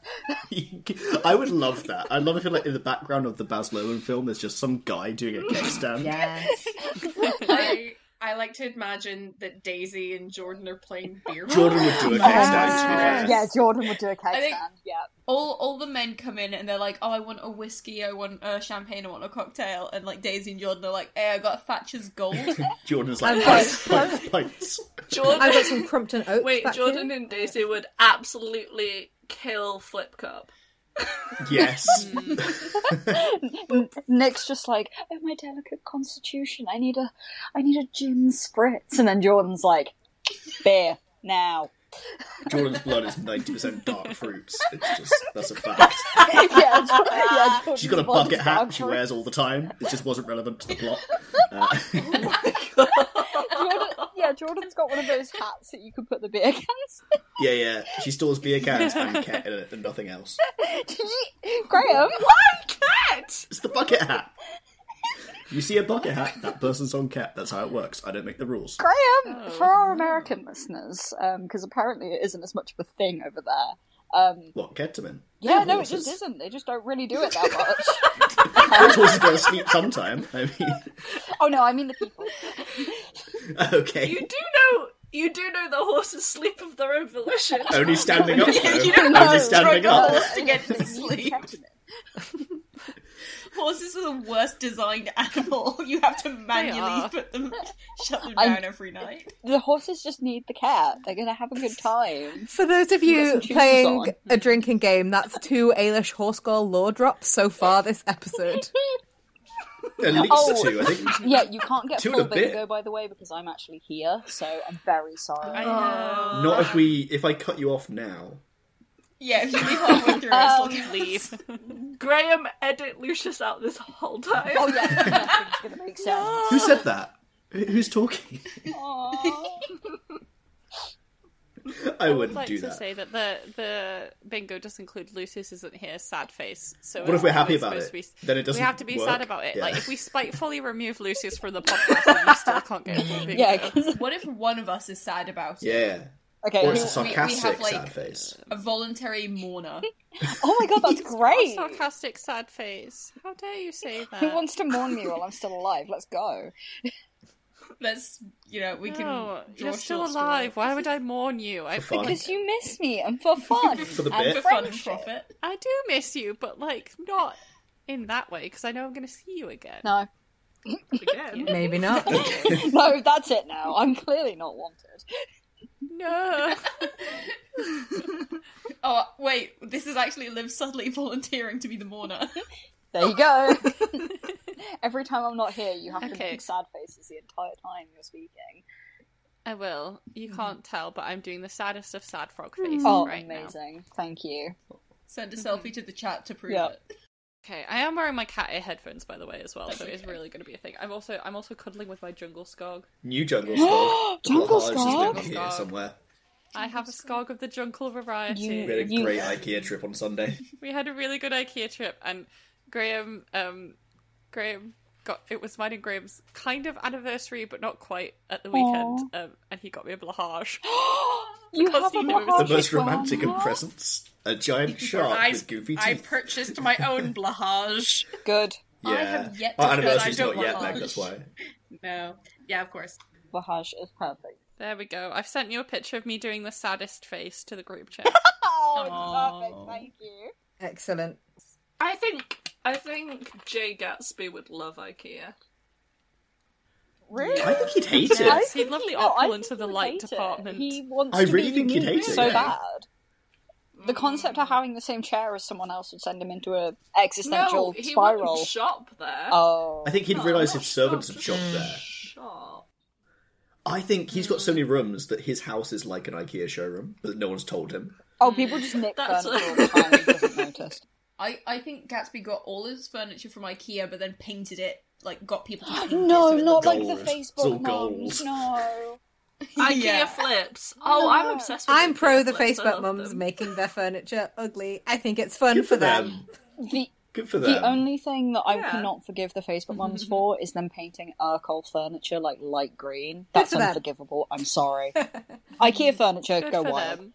[SPEAKER 1] beer. *laughs* I would love that. I'd love if, like, in the background of the Baz Luhrmann film, there's just some guy doing a keg stand.
[SPEAKER 7] Yes.
[SPEAKER 8] I I like to imagine that Daisy and Jordan are playing beer. pong.
[SPEAKER 1] Jordan would do a keg stand. To be fair.
[SPEAKER 2] yeah, Jordan would do a keg
[SPEAKER 5] I think-
[SPEAKER 2] stand. Yeah.
[SPEAKER 5] All all the men come in and they're like, "Oh, I want a whiskey, I want a champagne, I want a cocktail," and like Daisy and Jordan are like, "Hey, I got Thatcher's
[SPEAKER 4] *laughs*
[SPEAKER 5] Gold."
[SPEAKER 1] Jordan's like
[SPEAKER 7] I'm
[SPEAKER 1] pints, pints, pints.
[SPEAKER 6] Jordan
[SPEAKER 7] I've got some Crumpton oats.
[SPEAKER 6] Wait,
[SPEAKER 7] back
[SPEAKER 6] Jordan
[SPEAKER 7] here.
[SPEAKER 6] and Daisy would absolutely kill Flip Cup.
[SPEAKER 1] Yes.
[SPEAKER 8] Mm.
[SPEAKER 2] Nick's just like, oh my delicate constitution, I need a, I need a gin spritz, and then Jordan's like, beer now. *laughs*
[SPEAKER 1] Jordan's blood is 90% dark fruits. It's just, that's a
[SPEAKER 8] *laughs*
[SPEAKER 1] fact.
[SPEAKER 2] yeah, Jordan, yeah,
[SPEAKER 5] *laughs*
[SPEAKER 2] Jordan's
[SPEAKER 1] She's got a
[SPEAKER 2] body's
[SPEAKER 1] bucket hat
[SPEAKER 2] down
[SPEAKER 1] she
[SPEAKER 2] for it.
[SPEAKER 1] wears all the time. It just wasn't relevant to the plot. Uh,
[SPEAKER 2] Jordan, yeah, Jordan's got one of those hats that you can put the beer cans.
[SPEAKER 1] yeah, yeah. She stores beer cans and cat in it and nothing else.
[SPEAKER 2] *laughs* Did you- Graham,
[SPEAKER 1] It's the bucket hat. You see a bucket hat, that person's on cap. That's how it works. I don't make the rules.
[SPEAKER 2] Graham, for our American listeners, because apparently it isn't as much of a thing over there. Um,
[SPEAKER 1] What, ketamine?
[SPEAKER 2] yeah, no, it just isn't. They just don't really do it that
[SPEAKER 1] *laughs*
[SPEAKER 2] much.
[SPEAKER 1] Which horse is going to sleep sometime. I mean, *laughs*
[SPEAKER 2] oh no, I mean the people.
[SPEAKER 1] okay.
[SPEAKER 6] You do know you do know the horses sleep of their own volition.
[SPEAKER 1] Only standing
[SPEAKER 6] *laughs*
[SPEAKER 1] up, though. Only
[SPEAKER 2] know.
[SPEAKER 1] standing up.
[SPEAKER 5] to get to sleep.
[SPEAKER 2] Ketamine.
[SPEAKER 5] *laughs* Horses are the worst designed animal. *laughs* You have to manually
[SPEAKER 4] are.
[SPEAKER 5] put them, *laughs* shut them
[SPEAKER 2] I-
[SPEAKER 5] down every night.
[SPEAKER 2] The horses just need the cat. They're gonna have a good time.
[SPEAKER 7] For those of
[SPEAKER 2] Get
[SPEAKER 7] you
[SPEAKER 2] some tunes
[SPEAKER 7] playing
[SPEAKER 2] on.
[SPEAKER 7] a drinking game, that's two Ailish Horsegall lore drops so far this episode.
[SPEAKER 1] At least
[SPEAKER 2] Oh.
[SPEAKER 1] two, I think.
[SPEAKER 2] Yeah, you can't
[SPEAKER 1] *laughs*
[SPEAKER 2] get
[SPEAKER 1] Two and
[SPEAKER 2] full
[SPEAKER 1] a bit.
[SPEAKER 2] bingo by the way because I'm actually here, so I'm very sorry.
[SPEAKER 6] Oh. Um,
[SPEAKER 1] Not if we, if I cut you off now.
[SPEAKER 5] Yeah, if you
[SPEAKER 4] *laughs*
[SPEAKER 5] leave halfway through, it's like,
[SPEAKER 4] Oh, Leave.
[SPEAKER 6] Graham edit Lucius out this whole time.
[SPEAKER 2] oh yeah, nothing's gonna make sense.
[SPEAKER 1] Who said that? Who- Who's talking?
[SPEAKER 2] Aw.
[SPEAKER 1] I
[SPEAKER 4] I'd
[SPEAKER 1] wouldn't
[SPEAKER 4] like
[SPEAKER 1] do
[SPEAKER 4] to
[SPEAKER 1] that.
[SPEAKER 4] say that the the bingo does include Lucius isn't here, sad face. So
[SPEAKER 1] What if we're happy
[SPEAKER 4] always
[SPEAKER 1] about
[SPEAKER 4] supposed
[SPEAKER 1] it?
[SPEAKER 4] to be-
[SPEAKER 1] Then it doesn't
[SPEAKER 4] We have to be
[SPEAKER 1] work.
[SPEAKER 4] sad about it.
[SPEAKER 1] Yeah.
[SPEAKER 4] Like
[SPEAKER 1] *laughs*
[SPEAKER 4] if we spitefully remove Lucius from the podcast, then we still can't get
[SPEAKER 2] *laughs*
[SPEAKER 4] into the bingo.
[SPEAKER 2] yeah, 'cause-
[SPEAKER 5] *laughs* what if one of us is sad about it?
[SPEAKER 1] Yeah.
[SPEAKER 2] okay.
[SPEAKER 1] Or it's
[SPEAKER 2] who-
[SPEAKER 1] a sarcastic
[SPEAKER 5] we have, like,
[SPEAKER 1] sad face.
[SPEAKER 4] uh,
[SPEAKER 5] A voluntary mourner.
[SPEAKER 2] oh my god, that's
[SPEAKER 4] What a
[SPEAKER 2] great.
[SPEAKER 4] sarcastic sad face. How dare you say that?
[SPEAKER 2] Who wants to mourn me while I'm still alive? Let's go.
[SPEAKER 5] Let's, you know, we can.
[SPEAKER 4] No,
[SPEAKER 5] draw
[SPEAKER 4] you're still
[SPEAKER 5] short straws.
[SPEAKER 4] alive. Why would I mourn you? I
[SPEAKER 1] For fun.
[SPEAKER 4] think
[SPEAKER 2] Because you miss me, and for
[SPEAKER 5] *laughs*
[SPEAKER 2] fun,
[SPEAKER 1] For the
[SPEAKER 2] and
[SPEAKER 1] bit.
[SPEAKER 5] For fun and
[SPEAKER 2] friendship.
[SPEAKER 5] profit.
[SPEAKER 4] I do miss you, but like not in that way because I know I'm going to see you again.
[SPEAKER 2] No,
[SPEAKER 6] Again.
[SPEAKER 7] Maybe not.
[SPEAKER 2] no, that's it. Now I'm clearly not wanted. *laughs*
[SPEAKER 4] No.
[SPEAKER 5] Oh wait, this is actually Liv subtly *laughs* volunteering to be the
[SPEAKER 8] *laughs*
[SPEAKER 5] mourner.
[SPEAKER 2] There you go. Every time I'm not here, you have to
[SPEAKER 4] Okay.
[SPEAKER 2] make sad faces the entire time you're speaking.
[SPEAKER 4] I will. You can't tell, but I'm doing the saddest of sad frog faces
[SPEAKER 2] Mm-hmm. Oh,
[SPEAKER 4] Mm, right now.
[SPEAKER 2] amazing! Thank you.
[SPEAKER 5] Send a
[SPEAKER 8] Mm-hmm.
[SPEAKER 5] selfie to the chat to prove
[SPEAKER 2] Yep.
[SPEAKER 5] it.
[SPEAKER 4] Okay, I am wearing my cat ear headphones by the way as well, so it is really going to be a thing. I'm also I'm also cuddling with my jungle skog.
[SPEAKER 1] New
[SPEAKER 4] *gasps*
[SPEAKER 1] jungle skog.
[SPEAKER 2] Jungle
[SPEAKER 1] Lahaj has been
[SPEAKER 4] skog?
[SPEAKER 1] here somewhere.
[SPEAKER 4] I have a skog of the jungle variety.
[SPEAKER 2] You-
[SPEAKER 1] We had a
[SPEAKER 2] You-
[SPEAKER 4] *laughs*
[SPEAKER 1] great IKEA trip on Sunday.
[SPEAKER 4] We had a really good IKEA trip, and Graham, um, Graham got it was mine and Graham's kind of anniversary, but not quite at the weekend. Um, and he got me a blahage.
[SPEAKER 2] You
[SPEAKER 4] Because
[SPEAKER 2] have
[SPEAKER 4] he
[SPEAKER 2] a
[SPEAKER 4] knows
[SPEAKER 1] the
[SPEAKER 2] blahage
[SPEAKER 1] most
[SPEAKER 2] as well.
[SPEAKER 1] romantic of presents. A giant shark
[SPEAKER 8] I,
[SPEAKER 1] with goofy
[SPEAKER 8] I
[SPEAKER 1] teeth.
[SPEAKER 8] purchased my own blahage.
[SPEAKER 2] Good
[SPEAKER 1] yeah.
[SPEAKER 5] I have yet to
[SPEAKER 1] Our
[SPEAKER 5] feel
[SPEAKER 1] anniversary's
[SPEAKER 5] I
[SPEAKER 1] not
[SPEAKER 5] don't
[SPEAKER 1] yet,
[SPEAKER 5] want
[SPEAKER 1] Meg, that's why.
[SPEAKER 8] No. Yeah, of course.
[SPEAKER 2] blahage is perfect.
[SPEAKER 4] There we go. I've sent you a picture of me doing the saddest face to the
[SPEAKER 1] *laughs*
[SPEAKER 4] group chat.
[SPEAKER 2] Oh,
[SPEAKER 5] Aw.
[SPEAKER 2] perfect. Thank you.
[SPEAKER 7] Excellent.
[SPEAKER 6] *laughs* I think I think Jay Gatsby would love IKEA.
[SPEAKER 2] Really?
[SPEAKER 1] I think he'd hate
[SPEAKER 4] Yeah.
[SPEAKER 1] it.
[SPEAKER 4] Yes, he'd love the
[SPEAKER 2] no, I
[SPEAKER 4] opulence
[SPEAKER 2] think
[SPEAKER 4] of the
[SPEAKER 2] he would
[SPEAKER 4] light
[SPEAKER 2] hate it.
[SPEAKER 4] department.
[SPEAKER 2] He wants
[SPEAKER 1] I
[SPEAKER 2] to
[SPEAKER 1] really
[SPEAKER 2] be
[SPEAKER 1] think he'd
[SPEAKER 2] unique
[SPEAKER 1] hate it,
[SPEAKER 2] so
[SPEAKER 1] yeah.
[SPEAKER 2] bad. The concept of having the same chair as someone else would send him into an existential
[SPEAKER 6] no, he
[SPEAKER 2] spiral.
[SPEAKER 6] wouldn't shop there.
[SPEAKER 2] oh,
[SPEAKER 1] I think he'd
[SPEAKER 6] No,
[SPEAKER 1] realise
[SPEAKER 6] not
[SPEAKER 1] his servants
[SPEAKER 6] shop,
[SPEAKER 1] had shopped
[SPEAKER 6] just
[SPEAKER 1] there.
[SPEAKER 6] Shop.
[SPEAKER 1] I think he's got so many rooms that his house is like an IKEA showroom, but no one's told him.
[SPEAKER 2] oh, people just nick
[SPEAKER 6] That's
[SPEAKER 2] furniture
[SPEAKER 1] *laughs*
[SPEAKER 6] a-
[SPEAKER 2] all the time. He doesn't notice.
[SPEAKER 5] I, I think Gatsby got all his furniture from IKEA, but then painted it like got people.
[SPEAKER 8] *gasps*
[SPEAKER 5] to paint it so
[SPEAKER 2] No,
[SPEAKER 5] it
[SPEAKER 2] not
[SPEAKER 5] looked-
[SPEAKER 2] like
[SPEAKER 1] gold.
[SPEAKER 2] the
[SPEAKER 1] It's all
[SPEAKER 2] Facebook mums.
[SPEAKER 1] gold.
[SPEAKER 2] No.
[SPEAKER 6] IKEA
[SPEAKER 5] Yeah.
[SPEAKER 6] flips. Oh,
[SPEAKER 2] No.
[SPEAKER 6] I'm obsessed with
[SPEAKER 7] I'm
[SPEAKER 6] IKEA
[SPEAKER 7] pro the
[SPEAKER 6] flips. I
[SPEAKER 7] Facebook
[SPEAKER 6] love
[SPEAKER 7] mums
[SPEAKER 6] them.
[SPEAKER 7] making their furniture ugly. I think it's fun
[SPEAKER 1] Good
[SPEAKER 7] for them.
[SPEAKER 2] The
[SPEAKER 1] Good for them.
[SPEAKER 2] the only thing that I
[SPEAKER 6] Yeah.
[SPEAKER 2] cannot forgive the Facebook mums for is them painting Urkel furniture like light green. That's
[SPEAKER 7] for them.
[SPEAKER 2] unforgivable. I'm *laughs* sorry. IKEA furniture,
[SPEAKER 4] Good
[SPEAKER 2] go
[SPEAKER 4] for
[SPEAKER 2] wild.
[SPEAKER 4] them.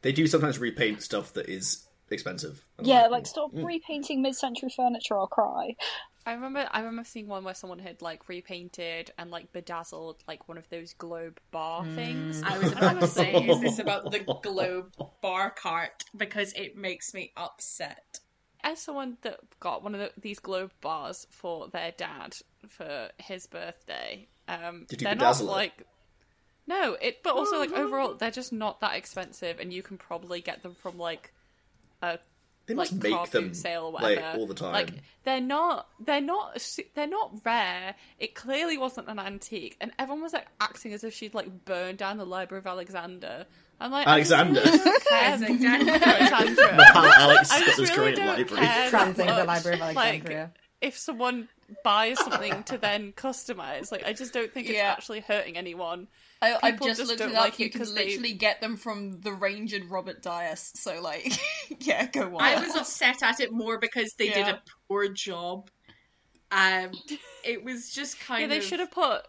[SPEAKER 1] They do sometimes repaint stuff that is expensive. And
[SPEAKER 2] Yeah,
[SPEAKER 1] I'm
[SPEAKER 2] like stop repainting mid-century furniture. I'll cry. *laughs*
[SPEAKER 4] I remember I remember seeing one where someone had like repainted and like bedazzled like one of those globe bar
[SPEAKER 1] Mm.
[SPEAKER 4] things.
[SPEAKER 1] *laughs*
[SPEAKER 8] I was about to say, *laughs*
[SPEAKER 4] *laughs*
[SPEAKER 8] is this about
[SPEAKER 5] *laughs*
[SPEAKER 8] the globe bar cart? Because it makes me
[SPEAKER 5] *laughs*
[SPEAKER 8] upset.
[SPEAKER 4] as someone that got one of the, these globe bars for their dad for his birthday, um,
[SPEAKER 1] Did you
[SPEAKER 4] they're
[SPEAKER 1] bedazzle it?
[SPEAKER 4] not like no, it. But also like overall, they're just not that expensive, and you can probably get them from like a
[SPEAKER 1] they
[SPEAKER 4] like
[SPEAKER 1] must
[SPEAKER 4] car
[SPEAKER 1] make them
[SPEAKER 4] boot sale or
[SPEAKER 1] like
[SPEAKER 4] whatever.
[SPEAKER 1] all the *laughs* time.
[SPEAKER 4] Like they're not, they're not, su- they're not rare. It clearly wasn't an antique, and everyone was like acting as if she'd like burned down the Library of Alexander. I'm like I just
[SPEAKER 1] Alexander.
[SPEAKER 4] really don't care. Alexandra.
[SPEAKER 8] *laughs*
[SPEAKER 1] Alex
[SPEAKER 4] *laughs* I
[SPEAKER 1] has got
[SPEAKER 4] just
[SPEAKER 1] this
[SPEAKER 4] really
[SPEAKER 1] great
[SPEAKER 4] don't
[SPEAKER 1] library.
[SPEAKER 4] care
[SPEAKER 7] Transing
[SPEAKER 4] that
[SPEAKER 7] the
[SPEAKER 4] much.
[SPEAKER 7] Library of
[SPEAKER 4] Like,
[SPEAKER 7] Alexandria.
[SPEAKER 4] if someone buys something to then customize, like I just don't think it's
[SPEAKER 5] Yeah.
[SPEAKER 4] actually hurting anyone.
[SPEAKER 5] I, I've
[SPEAKER 4] People
[SPEAKER 5] just,
[SPEAKER 4] just
[SPEAKER 5] looked
[SPEAKER 4] don't
[SPEAKER 5] it up.
[SPEAKER 4] like
[SPEAKER 5] you
[SPEAKER 4] it
[SPEAKER 5] can
[SPEAKER 4] 'cause they-
[SPEAKER 5] literally get them from the Range and Robert Dias. So like, *laughs* yeah, go on.
[SPEAKER 8] I was upset at it more because they did
[SPEAKER 5] Yeah.
[SPEAKER 8] a poor job. Um, it was just kind
[SPEAKER 4] yeah, they
[SPEAKER 8] of.
[SPEAKER 4] should have put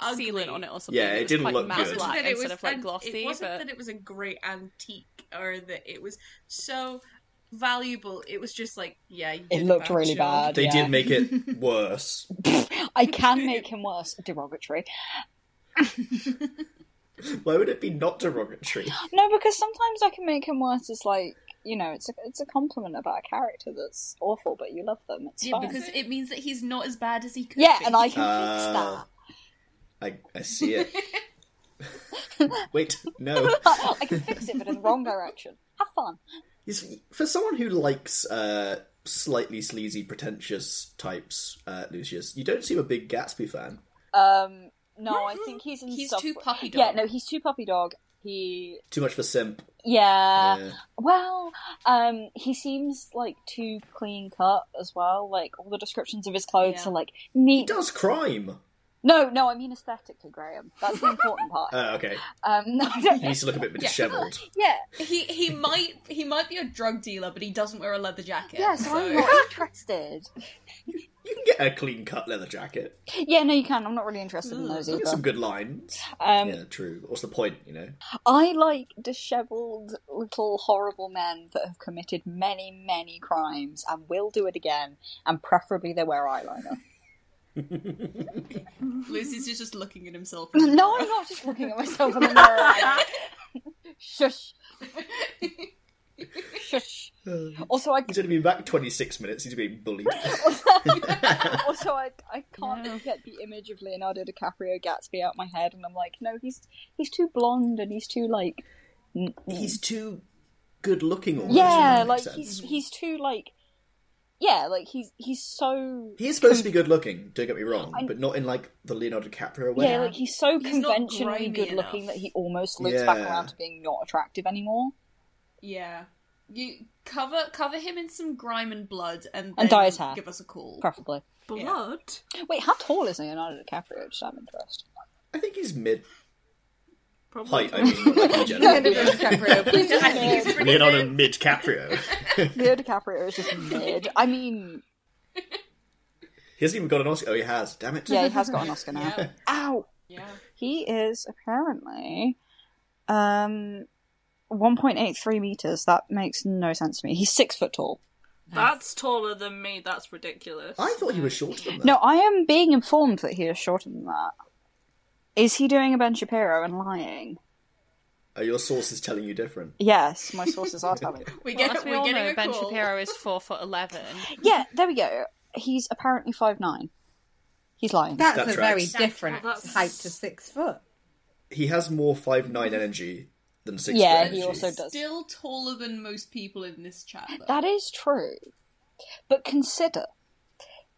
[SPEAKER 8] ugly.
[SPEAKER 4] sealing on it or something.
[SPEAKER 1] Yeah, it
[SPEAKER 4] was
[SPEAKER 1] didn't
[SPEAKER 4] quite
[SPEAKER 1] look
[SPEAKER 4] matte
[SPEAKER 1] good.
[SPEAKER 8] wasn't
[SPEAKER 4] black
[SPEAKER 8] that it
[SPEAKER 4] instead
[SPEAKER 8] was
[SPEAKER 4] of like
[SPEAKER 8] an-
[SPEAKER 4] glossy.
[SPEAKER 8] It wasn't
[SPEAKER 4] but
[SPEAKER 8] that it was a great antique or that it was so valuable. It was just like, yeah, you
[SPEAKER 2] It
[SPEAKER 8] did a
[SPEAKER 2] looked
[SPEAKER 8] bad
[SPEAKER 2] really
[SPEAKER 8] job.
[SPEAKER 2] bad.
[SPEAKER 1] They
[SPEAKER 2] yeah.
[SPEAKER 1] did make
[SPEAKER 4] *laughs*
[SPEAKER 1] it worse.
[SPEAKER 2] I can make him worse. Derogatory.
[SPEAKER 1] Why would it be not derogatory?
[SPEAKER 2] No, because sometimes I can make him worse. It's like you know, it's a it's a compliment about a character that's awful, but you love them. It's
[SPEAKER 5] yeah,
[SPEAKER 2] fine.
[SPEAKER 5] because it means that he's not as bad as he could.
[SPEAKER 2] yeah,
[SPEAKER 5] be.
[SPEAKER 2] and I can
[SPEAKER 1] Uh, I, I see
[SPEAKER 4] *laughs*
[SPEAKER 1] it. Wait, no.
[SPEAKER 2] fix that. *laughs* I can fix it, but in the wrong direction. Have fun.
[SPEAKER 1] Is- For someone who likes uh, slightly sleazy, pretentious types, uh, Lucius, you don't seem a big Gatsby fan.
[SPEAKER 2] Um, no, I think he's in.
[SPEAKER 5] Mm-hmm. he's
[SPEAKER 2] stuff
[SPEAKER 5] too
[SPEAKER 2] with-
[SPEAKER 5] puppy dog.
[SPEAKER 2] Yeah, no, he's too puppy dog. He,
[SPEAKER 1] Too much for simp. Uh,
[SPEAKER 2] yeah.
[SPEAKER 1] Yeah.
[SPEAKER 2] Well, um, he seems like too clean cut as well. Like all the descriptions of his clothes
[SPEAKER 5] Yeah.
[SPEAKER 2] are like
[SPEAKER 1] He
[SPEAKER 2] neat.
[SPEAKER 1] does crime.
[SPEAKER 2] No, no, I mean aesthetically, Graham. That's the
[SPEAKER 1] *laughs*
[SPEAKER 2] important part.
[SPEAKER 1] Oh, okay.
[SPEAKER 2] Um, no, I don't
[SPEAKER 1] He needs to look a bit dishevelled.
[SPEAKER 2] *laughs* Yeah,
[SPEAKER 5] He he might he might be a drug dealer, but he doesn't wear a leather jacket.
[SPEAKER 2] yeah, so I'm not interested. *laughs*
[SPEAKER 1] You can get a clean cut leather jacket.
[SPEAKER 2] Yeah, no, you can. I'm not really interested
[SPEAKER 5] Mm.
[SPEAKER 2] in those
[SPEAKER 1] You can get some
[SPEAKER 2] either.
[SPEAKER 1] good lines.
[SPEAKER 2] Um,
[SPEAKER 1] yeah, true. What's the point, you know?
[SPEAKER 2] I like dishevelled little horrible men that have committed
[SPEAKER 5] *laughs*
[SPEAKER 2] many, many crimes and will do it again, and preferably they wear eyeliner.
[SPEAKER 5] Lucy's just, just looking at himself. in the
[SPEAKER 2] No,
[SPEAKER 5] mirror.
[SPEAKER 2] I'm not just looking at myself in the mirror. *laughs*
[SPEAKER 5] *laughs*
[SPEAKER 2] Shush. Shush. Also, I
[SPEAKER 1] Uh, He's only been back 26 minutes. He's being
[SPEAKER 2] *laughs*
[SPEAKER 1] bullied. *laughs*
[SPEAKER 2] also I, I can't get the image of Leonardo DiCaprio Gatsby out my head, and I'm like, no, he's he's too blonde and he's too like, n-
[SPEAKER 1] he's too good looking almost.
[SPEAKER 2] yeah,
[SPEAKER 1] in that
[SPEAKER 2] like
[SPEAKER 1] sense.
[SPEAKER 2] he's he's too like, yeah, like he's he's so
[SPEAKER 1] He is supposed to be good looking, don't get me wrong,
[SPEAKER 2] I-
[SPEAKER 1] but not in like the Leonardo DiCaprio way.
[SPEAKER 2] yeah, like he's so
[SPEAKER 5] He's not
[SPEAKER 2] conventionally
[SPEAKER 5] grimy
[SPEAKER 2] good looking
[SPEAKER 5] enough.
[SPEAKER 2] that he almost looks back
[SPEAKER 1] Yeah.
[SPEAKER 2] around to being not attractive anymore.
[SPEAKER 5] Yeah. You cover cover him in some grime and blood, and then
[SPEAKER 2] And dye his hair.
[SPEAKER 5] give us a call.
[SPEAKER 2] Preferably.
[SPEAKER 6] Blood?
[SPEAKER 2] Wait, how tall is Leonardo DiCaprio? Just out of interest.
[SPEAKER 1] I think he's mid
[SPEAKER 6] Probably.
[SPEAKER 1] height, I mean, not like in
[SPEAKER 2] *laughs*
[SPEAKER 1] general.
[SPEAKER 7] Leonardo DiCaprio, please
[SPEAKER 5] I think he's pretty
[SPEAKER 1] Leonardo
[SPEAKER 5] good.
[SPEAKER 1] mid Caprio.
[SPEAKER 2] Leo *laughs* DiCaprio is just mid. I mean,
[SPEAKER 1] He hasn't even got an Oscar. Oh, he has. Damn it.
[SPEAKER 2] yeah, he has got an Oscar now.
[SPEAKER 5] Yeah.
[SPEAKER 2] Ow!
[SPEAKER 5] yeah.
[SPEAKER 2] He is apparently um 1.83 meters. That makes no sense to me. He's six foot tall.
[SPEAKER 6] That's taller than me. That's ridiculous.
[SPEAKER 1] I thought he was shorter than that.
[SPEAKER 2] No, I am being informed that he is shorter than that. Is he doing a Ben Shapiro and lying?
[SPEAKER 1] Are Uh, your sources telling you different?
[SPEAKER 2] Yes, my sources are telling. *laughs* me.
[SPEAKER 5] We
[SPEAKER 4] Well,
[SPEAKER 5] get
[SPEAKER 4] as we
[SPEAKER 5] we're
[SPEAKER 4] all
[SPEAKER 5] getting
[SPEAKER 4] know,
[SPEAKER 5] a
[SPEAKER 4] Ben
[SPEAKER 5] call.
[SPEAKER 4] Shapiro is four foot
[SPEAKER 6] *laughs*
[SPEAKER 4] eleven.
[SPEAKER 2] Yeah, there we go. He's apparently five nine. He's lying.
[SPEAKER 7] That's
[SPEAKER 1] That
[SPEAKER 7] a
[SPEAKER 1] tracks.
[SPEAKER 7] very different
[SPEAKER 6] Well, that's-
[SPEAKER 7] height to six foot.
[SPEAKER 1] He has more five nine energy than six.
[SPEAKER 2] yeah,
[SPEAKER 1] energy.
[SPEAKER 2] he also does.
[SPEAKER 5] Still taller than most people in this chat. Though.
[SPEAKER 2] That is true. But consider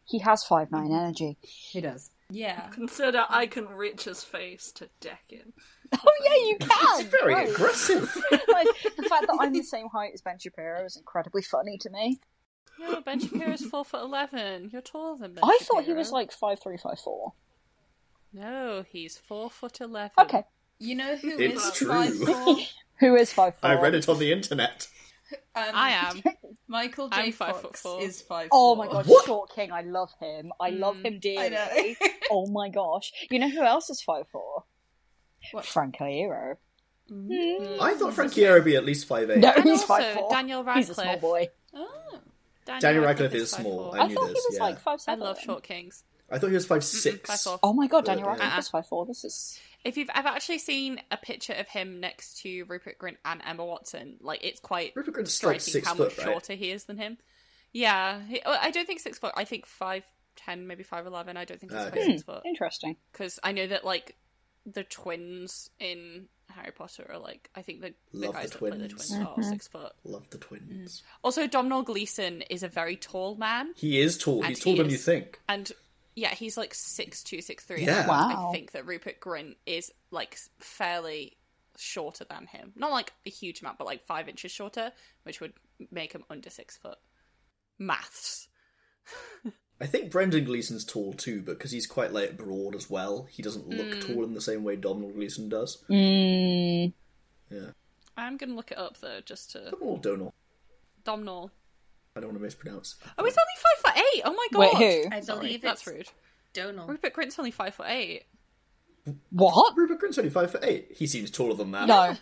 [SPEAKER 2] he has five nine energy.
[SPEAKER 7] He does.
[SPEAKER 5] yeah.
[SPEAKER 6] Consider I can reach his face to deck him.
[SPEAKER 2] *laughs* Oh yeah, you can.
[SPEAKER 1] very
[SPEAKER 2] Gross. *laughs*
[SPEAKER 1] aggressive.
[SPEAKER 2] like the fact that *laughs* I'm the same height as Ben Shapiro is incredibly funny to me.
[SPEAKER 4] Yeah, Ben Shapiro's four foot eleven. You're taller than Ben.
[SPEAKER 2] I thought he
[SPEAKER 4] Shapiro.
[SPEAKER 2] was like five three, five four.
[SPEAKER 4] No, he's four foot eleven.
[SPEAKER 2] Okay,
[SPEAKER 5] You know who is
[SPEAKER 1] It's true. *laughs*
[SPEAKER 5] five four? Um,
[SPEAKER 2] who is five four?
[SPEAKER 1] I read it on the internet.
[SPEAKER 4] I
[SPEAKER 2] *laughs*
[SPEAKER 4] am.
[SPEAKER 5] Michael J.
[SPEAKER 4] I'm five
[SPEAKER 5] Fox
[SPEAKER 4] foot four.
[SPEAKER 5] is five.
[SPEAKER 2] Oh
[SPEAKER 5] four.
[SPEAKER 2] my god,
[SPEAKER 1] What?
[SPEAKER 2] Short King! I love him. I love him
[SPEAKER 5] I
[SPEAKER 2] dearly.
[SPEAKER 5] know. *laughs*
[SPEAKER 2] oh my gosh! You know who else is five four?
[SPEAKER 5] What?
[SPEAKER 2] Frank Iero.
[SPEAKER 1] I
[SPEAKER 4] Mm.
[SPEAKER 1] thought Frankie Aero would be at least five eight.
[SPEAKER 2] No,
[SPEAKER 4] And
[SPEAKER 2] he's
[SPEAKER 4] also
[SPEAKER 2] five four.
[SPEAKER 4] Daniel
[SPEAKER 2] He's a small
[SPEAKER 4] Radcliffe.
[SPEAKER 2] boy.
[SPEAKER 5] Oh.
[SPEAKER 1] Daniel Radcliffe is
[SPEAKER 4] five
[SPEAKER 1] small.
[SPEAKER 4] four.
[SPEAKER 1] I
[SPEAKER 2] I,
[SPEAKER 1] knew
[SPEAKER 2] thought he
[SPEAKER 1] this,
[SPEAKER 2] was
[SPEAKER 1] yeah.
[SPEAKER 2] like five
[SPEAKER 4] I
[SPEAKER 2] seven.
[SPEAKER 4] love short kings.
[SPEAKER 1] I thought he was five six.
[SPEAKER 4] five four.
[SPEAKER 2] Oh my god, Daniel
[SPEAKER 1] Uh,
[SPEAKER 2] Radcliffe
[SPEAKER 4] uh.
[SPEAKER 2] is five four. This is
[SPEAKER 4] If you've ever actually seen a picture of him next to Rupert Grint and Emma Watson, like it's quite
[SPEAKER 1] Rupert Grint's like
[SPEAKER 4] striking
[SPEAKER 1] six
[SPEAKER 4] how
[SPEAKER 1] foot,
[SPEAKER 4] much
[SPEAKER 1] right?
[SPEAKER 4] shorter he is than him. Yeah, he, well, I don't think six foot. I think five ten, maybe five eleven. I don't think he's
[SPEAKER 1] Ah, Okay.
[SPEAKER 4] quite six foot
[SPEAKER 2] interesting.
[SPEAKER 4] because I know that like the twins in Harry Potter are like I think the, the
[SPEAKER 1] Love the
[SPEAKER 4] guys that play the
[SPEAKER 1] twins.
[SPEAKER 4] twins are six foot.
[SPEAKER 1] Love the twins.
[SPEAKER 4] Also, Domhnall Gleeson is a very tall man,
[SPEAKER 1] He is tall.
[SPEAKER 4] And
[SPEAKER 1] He's
[SPEAKER 4] he
[SPEAKER 1] taller than
[SPEAKER 4] is-
[SPEAKER 1] you think.
[SPEAKER 4] and yeah, he's like six two, six three.
[SPEAKER 1] Yeah.
[SPEAKER 2] Wow.
[SPEAKER 4] I think that Rupert Grint is like fairly shorter than him. Not like a huge amount, but like five inches shorter, which would make him under six foot. Maths.
[SPEAKER 1] I think Brendan Gleeson's tall too, but because he's quite like broad as well, he doesn't look
[SPEAKER 4] Mm.
[SPEAKER 1] tall in the same way Domhnall Gleeson does.
[SPEAKER 2] Mm,
[SPEAKER 1] Yeah,
[SPEAKER 4] I'm gonna look it up though, just to
[SPEAKER 1] Domhnall, Donal.
[SPEAKER 4] Domnall.
[SPEAKER 1] I don't want to mispronounce. Uh,
[SPEAKER 4] Oh, he's only five foot eight. Oh my
[SPEAKER 2] Wait,
[SPEAKER 4] god!
[SPEAKER 2] who?
[SPEAKER 5] I
[SPEAKER 4] Sorry,
[SPEAKER 5] believe
[SPEAKER 4] that's
[SPEAKER 5] it's
[SPEAKER 4] rude.
[SPEAKER 5] Donald.
[SPEAKER 4] Rupert Grint's only five foot eight.
[SPEAKER 2] what?
[SPEAKER 1] Rupert Grint's only five foot eight. He seems taller than that.
[SPEAKER 2] No.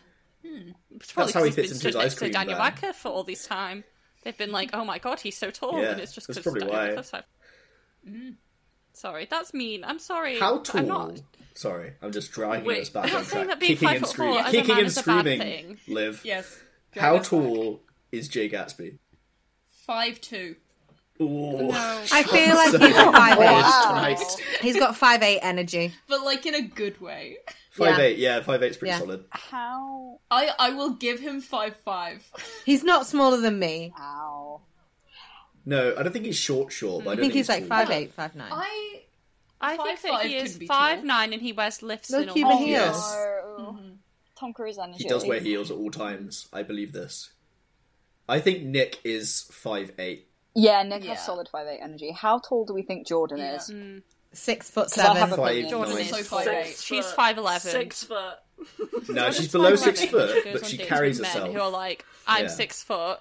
[SPEAKER 4] It's probably
[SPEAKER 1] how he fits
[SPEAKER 4] 'cause he's been
[SPEAKER 1] into
[SPEAKER 4] stood
[SPEAKER 1] his ice
[SPEAKER 4] next to
[SPEAKER 1] cream
[SPEAKER 4] Daniel
[SPEAKER 1] van.
[SPEAKER 4] Radcliffe for all this time. They've been like, "Oh my god, he's so tall,"
[SPEAKER 1] Yeah,
[SPEAKER 4] and it's just
[SPEAKER 1] that's
[SPEAKER 4] because
[SPEAKER 1] probably
[SPEAKER 4] Daniel
[SPEAKER 1] why.
[SPEAKER 4] Radcliffe's five. Mm. Sorry, that's mean. I'm sorry.
[SPEAKER 1] How
[SPEAKER 4] I'm
[SPEAKER 1] tall?
[SPEAKER 4] not-
[SPEAKER 1] Sorry, I'm just dragging
[SPEAKER 4] Wait,
[SPEAKER 1] us back
[SPEAKER 4] I'm not
[SPEAKER 1] on
[SPEAKER 4] saying
[SPEAKER 1] track.
[SPEAKER 4] that being
[SPEAKER 1] Kicking
[SPEAKER 4] five
[SPEAKER 1] and
[SPEAKER 4] foot
[SPEAKER 1] screaming,
[SPEAKER 4] four as a
[SPEAKER 1] kicking
[SPEAKER 4] man
[SPEAKER 1] and
[SPEAKER 4] is a bad
[SPEAKER 1] screaming.
[SPEAKER 4] thing.
[SPEAKER 1] Live.
[SPEAKER 5] Yes.
[SPEAKER 1] How
[SPEAKER 5] Drag us back.
[SPEAKER 1] tall is Jay Gatsby?
[SPEAKER 5] Five two.
[SPEAKER 1] Ooh. *laughs*
[SPEAKER 7] I feel like he's got five eight.
[SPEAKER 2] Wow.
[SPEAKER 7] He's got five eight energy.
[SPEAKER 5] But like in a good way.
[SPEAKER 1] Five eight. Yeah, five eight's pretty
[SPEAKER 7] Yeah.
[SPEAKER 1] solid.
[SPEAKER 2] How?
[SPEAKER 5] I I will give him five five.
[SPEAKER 7] He's not smaller than me.
[SPEAKER 2] Ow.
[SPEAKER 1] No, I don't think he's short. Short. But I
[SPEAKER 7] I
[SPEAKER 1] don't
[SPEAKER 7] think he's like
[SPEAKER 1] tall.
[SPEAKER 7] five eight, five nine.
[SPEAKER 5] I
[SPEAKER 4] I think
[SPEAKER 5] Five
[SPEAKER 4] that
[SPEAKER 5] five
[SPEAKER 4] he is
[SPEAKER 5] could be
[SPEAKER 4] five
[SPEAKER 5] tall.
[SPEAKER 4] nine and he wears lifts
[SPEAKER 7] No
[SPEAKER 4] in all
[SPEAKER 7] Cuban
[SPEAKER 4] his-
[SPEAKER 7] heels.
[SPEAKER 2] Oh, No. Tom Cruise energy.
[SPEAKER 1] He does wear heels at all times. I believe this. I think Nick is five eight.
[SPEAKER 4] *laughs*
[SPEAKER 2] Yeah, Nick
[SPEAKER 5] Yeah.
[SPEAKER 2] has solid 5'8 energy. How tall do we think Jordan
[SPEAKER 5] Yeah.
[SPEAKER 2] is?
[SPEAKER 7] Six foot
[SPEAKER 2] I have
[SPEAKER 7] seven.
[SPEAKER 2] a-
[SPEAKER 1] Five
[SPEAKER 2] Jordan
[SPEAKER 1] nine.
[SPEAKER 5] is so five
[SPEAKER 6] Six
[SPEAKER 5] eight.
[SPEAKER 4] She's
[SPEAKER 6] foot.
[SPEAKER 4] 5'11.
[SPEAKER 6] Six foot.
[SPEAKER 1] No, she's
[SPEAKER 4] It's
[SPEAKER 1] below
[SPEAKER 4] fine
[SPEAKER 1] six
[SPEAKER 4] wearing it when
[SPEAKER 1] foot,
[SPEAKER 4] goes
[SPEAKER 1] but
[SPEAKER 4] on
[SPEAKER 1] she
[SPEAKER 4] dates
[SPEAKER 1] carries
[SPEAKER 4] with men
[SPEAKER 1] herself.
[SPEAKER 4] Who are like, I'm
[SPEAKER 1] *laughs* Yeah.
[SPEAKER 4] six foot.